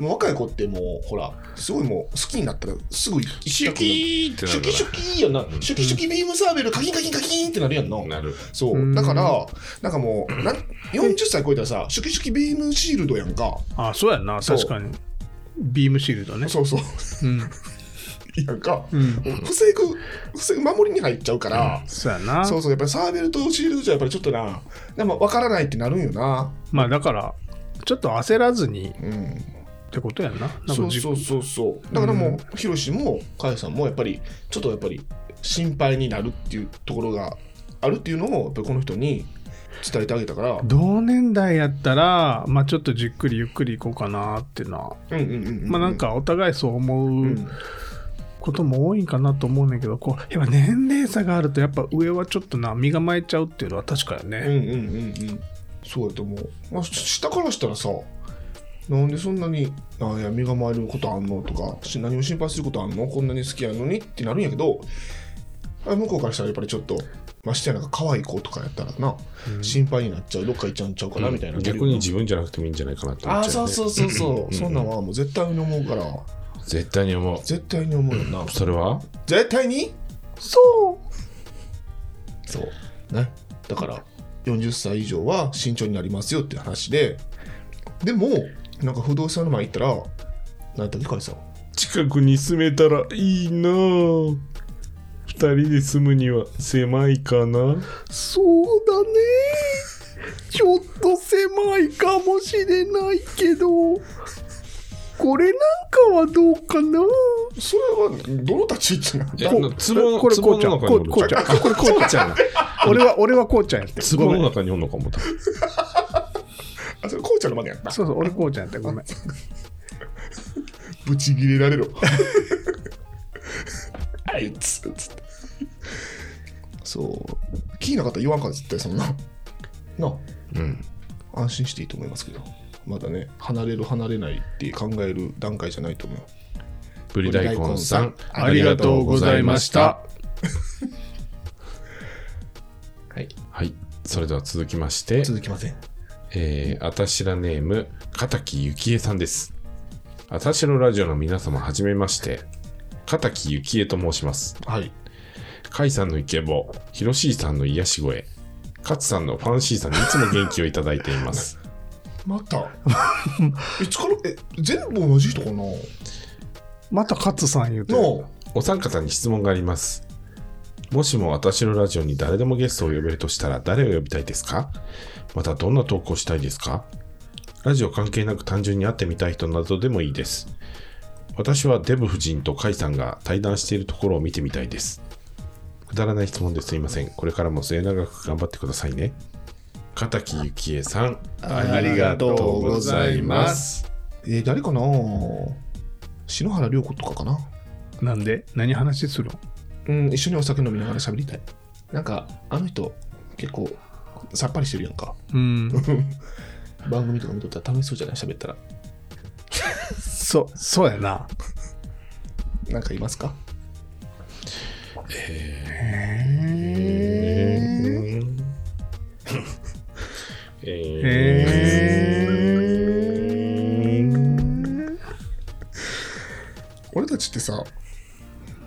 S1: もう若い子ってもうほらすごいもう好きになったらすぐ
S2: シ
S1: 一
S2: ュ
S1: 択
S2: キーってな
S1: シ
S2: る
S1: ュキシュキーやんな、シュキシュキビームサーベルカキンカキンカキンってなるやんな、
S2: なる
S1: そうだからなんかもうなん40歳超えたらさシュキシュキビームシールドやんか
S3: あそうやんな
S1: そう
S3: 確かにビームシールドね
S1: そうそう
S3: うん
S1: やんか、
S3: うん
S1: 防ぐ防ぐ守りに入っちゃうから、
S3: そうやな
S1: そうそうやっぱりサーベルとシールドじゃやっぱりちょっとなでも分からないってなるんよな
S3: まあだからちょっと焦らずに
S1: うん
S3: ってことやんななんかじ
S1: そうそうそうそうだからもうヒロシもカヤさんもやっぱりちょっとやっぱり心配になるっていうところがあるっていうのをやっぱりこの人に伝えてあげたから
S3: 同年代やったら、まあ、ちょっとじっくりゆっくりいこうかなっていうのは、
S1: うんうんうん、うん、
S3: まあなんかお互いそう思
S1: う
S3: うんことも多いんかなと思うねんだけどこうやっぱ年齢差があるとやっぱ上はちょっとな身構えちゃうっていうのは確かよ
S1: うんうん
S3: ね、
S1: うんうんそうやと思う、まあ、下からしたらさなんでそんなにあいや身構えることあんのとかし何を心配することあんのこんなに好きやのにってなるんやけどあ向こうからしたらやっぱりちょっとましてやなんか可愛い子とかやったらな、心配になっちゃうどっか行っちゃうんちゃうかなみたいな、
S2: 逆に自分じゃなくてもいいんじゃないかなと思
S1: あ
S2: っ
S1: あ
S2: ちゃう、ね、
S1: そうそうそうそうそんなんはもう絶対に思うから
S2: 絶対に思う
S1: 絶対に思うよな
S2: それは
S1: 絶対に
S3: そう
S1: そうねだから40歳以上は慎重になりますよっていう話ででもなんか不動産の前行ったらなんてゆかりさん
S2: 近くに住めたらいいなぁ二人で住むには狭いかな
S3: そうだねちょっと狭いかもしれないけどこれなんかはどうかな
S1: それはどの立ち位置な
S2: こ
S1: の
S2: う壺
S3: これ
S2: 壺の中におる
S3: こうちゃんこうこれこうちゃん俺は俺はこうちゃんやって
S2: 壺の中におんのかもた
S1: あそれこうちゃんのまでやった
S3: そうそう俺こうちゃんやってごめん
S1: ぶち切れられろ あいつつってそう聞いなかったら言わんから絶対そんなな
S2: うん
S1: あ安心していいと思いますけどまだね離れる離れないって考える段階じゃないと思う
S2: ぶり大根さん
S1: ありがとうございましたはい
S2: はいそれでは続きまして
S1: 続きません
S2: えー、あたしらネーム、片木ゆきえさんです。あたしろラジオの皆様、はじめまして。片木ゆきえと申します。
S1: はい
S2: 甲斐さんのイケボ、ひろしーさんの癒し声、勝さんのファンシーさんにいつも元気をいただいています。
S1: またいつから え全部同じ人かなの
S3: また勝さん言うて
S1: う
S2: お三方に質問があります。もしもあたしろラジオに誰でもゲストを呼べるとしたら誰を呼びたいですかまたどんな投稿したいですかラジオ関係なく単純に会ってみたい人などでもいいです。私はデブ夫人と甲斐さんが対談しているところを見てみたいです。くだらない質問ですいません。これからも末永く頑張ってくださいね。片木ゆきえさん、
S1: ありがとうございます。えー誰かな篠原涼子とかかな
S3: なんで何話する
S1: うん、一緒にお酒飲みながら喋りたい。なんか、あの人、結構、さっぱりしてるやんか。
S3: のうん
S1: 番組とか見とったら楽しそうじゃない喋ったら。
S3: そそうやな
S1: なんかいますか
S2: えー
S3: へー
S1: 俺たちってさ、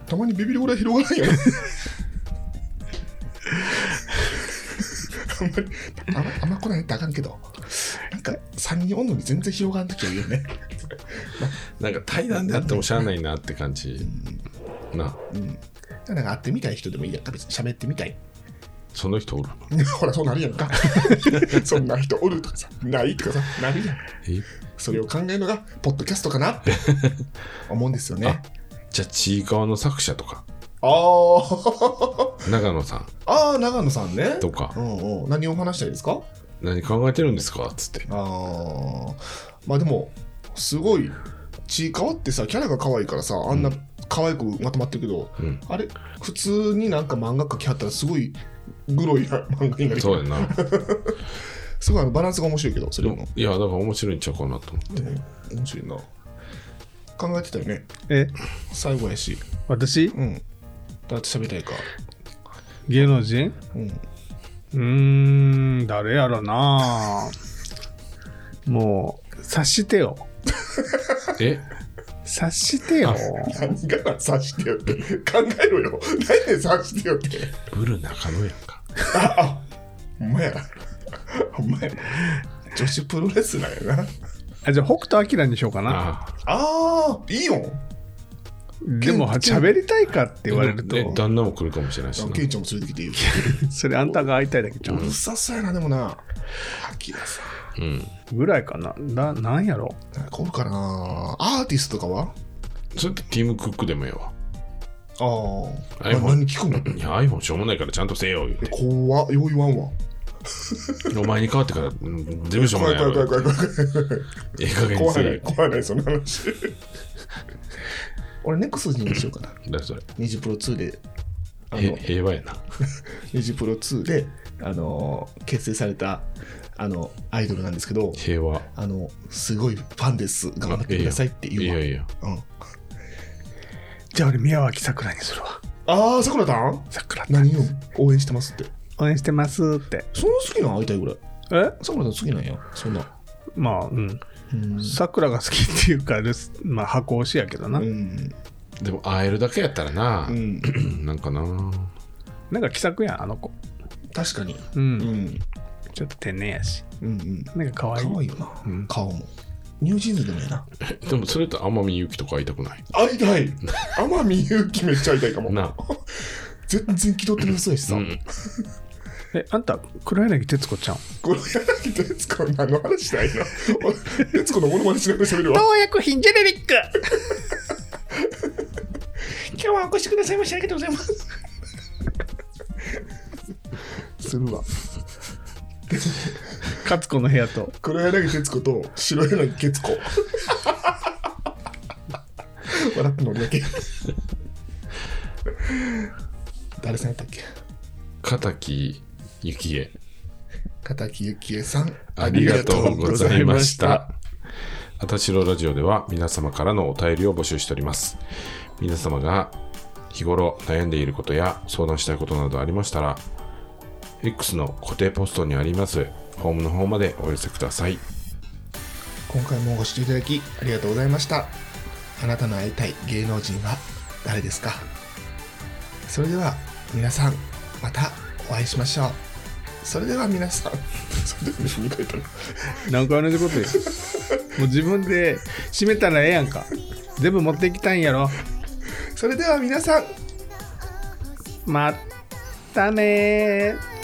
S1: たまにビビるぐらい広がらないよ ね。あんまり、あんまあんま来ないってあかんけど、なんか3人おんのに全然広がらんときはいいよね。
S2: なんか対談であってもしゃあないなって感じな
S1: なんか会ってみたい人でもいいやんか、別に喋ってみたい。
S2: その人おるの
S1: ほら、そうなるやんか。 そんな人おるとかさ、ないとかさ、なるやん。
S2: え
S1: それを考えるのが、ポッドキャストかなって思うんですよね。
S2: じゃあちいかわの作者とか
S1: あー
S2: 長野さん
S1: あー、長野さんね。
S2: とか
S1: うんうん、何を話したいですか
S2: 何考えてるんですかっつって
S1: あーまあでも、すごい、ちいかわってさ、キャラが可愛いからさ、あんな可愛くまとまってるけど、
S2: うん
S1: あれ、普通になんか漫画描きはったら、すごいグロいな漫画になり
S2: そうやな
S1: すごいあのバランスが面白いけど、そ
S2: で
S1: れも
S2: も。いやだから面白いんちゃうかなと思って
S1: 面白いな。考えてたよね、
S3: え
S1: 最後やし。
S3: 私
S1: うん。だって喋りたいか。
S3: 芸能人
S1: うん。
S3: うーん誰やろなもう察してよ
S2: え
S3: 察してよ
S1: 何がな刺してよって考えろよ何で刺してよって
S2: ブル中野やんか
S1: ああお前お前女子プロレスラーやな
S3: あじゃあ北斗晶にしようかな
S2: ああ
S1: あーいいよ
S3: でも喋りたいかって言われる
S2: ね
S3: と
S2: 旦那も来るかもしれないしな
S1: ケイちゃんも連れてきていいよ
S3: それあんたが会いたいだけちゃ
S1: う
S3: う
S1: るさそうやなでもなアキラさ
S2: うん
S3: ぐらいかなななんやろ
S1: んなんかおるかなアーティストとかは
S2: それってティム・クックでもええわ
S1: あー
S2: あいや
S1: な何聞くの
S2: いや iPhone しょうもないからちゃんとせえよ言うて
S1: 怖っよう言わんわ
S2: お前に代わってからうん全部しょうも
S1: 怖
S2: な
S1: 怖
S2: いい
S1: い怖い
S2: やろ
S1: 怖い怖い
S2: ええ加減に
S1: 怖
S2: せ
S1: い
S2: え
S1: ね
S2: よ
S1: 怖いねその話 俺ネクストにしようかな
S2: だそれ
S1: ニジプロ2であ
S2: へ
S1: の
S2: 平和やな
S1: ニジプロ2であの結成されたあのアイドルなんですけど
S2: 平和
S1: あのすごいファンです頑張ってくださいって
S2: い
S1: 言う
S2: や
S1: わ
S2: いや
S1: うん
S3: じゃあ俺宮脇さくらにするわ
S1: ああさくらたん
S3: さくら
S1: 何を応援してますって
S3: 応援してますって
S1: その好きなの会いたいぐらい
S3: え
S1: さくらさん好きなんやそんな
S3: まあうん
S1: うん
S3: さくらが好きっていうかまあ箱推しやけどな、
S1: うん
S2: でも会えるだけやったらな
S1: う、ん
S2: なんかな
S3: なんか気さくやんあの子
S1: 確かに
S3: うん、
S1: うん
S3: ちょっと天然やし
S1: うんうん。
S3: なんか可愛い
S1: 可愛いよな、
S3: うん
S1: 顔も。ニュージーンズでもええな。
S2: でもそれと天海祐希とか会いたくない。
S1: 会いたい天海祐希めっちゃ会いたいかも。
S2: な
S1: 全然気取ってなさいし
S2: あ、
S1: さ。
S2: うん、
S3: えあんた黒柳徹子ちゃん
S1: これ柳徹子何の話したいの 徹子のモノマネしながら喋るわ
S3: 薬品ジェネリッ ク
S1: 今日はお越しくださいましてありがとうございますするわ
S3: カツコの部屋と
S1: 黒柳徹子と白柳徹子笑ってんの俺だけ誰さんやったっけ
S2: 片木幸恵。
S1: 片木幸恵さん
S2: ありがとうございました。あたしろラジオでは皆様からのお便りを募集しております。皆様が日頃悩んでいることや相談したいことなどありましたら、X の固定ポストにありますフォームの方までお寄せください。
S1: 今回もご視聴いただきありがとうございましたあなたの会いたい芸能人は誰ですかそれでは皆さんまたお会いしましょうそれでは皆さん それでは2回と
S3: 何回同じこと言うもう自分で閉めたらええやんか全部持ってきたんやろ
S1: それでは皆さん
S3: まったねー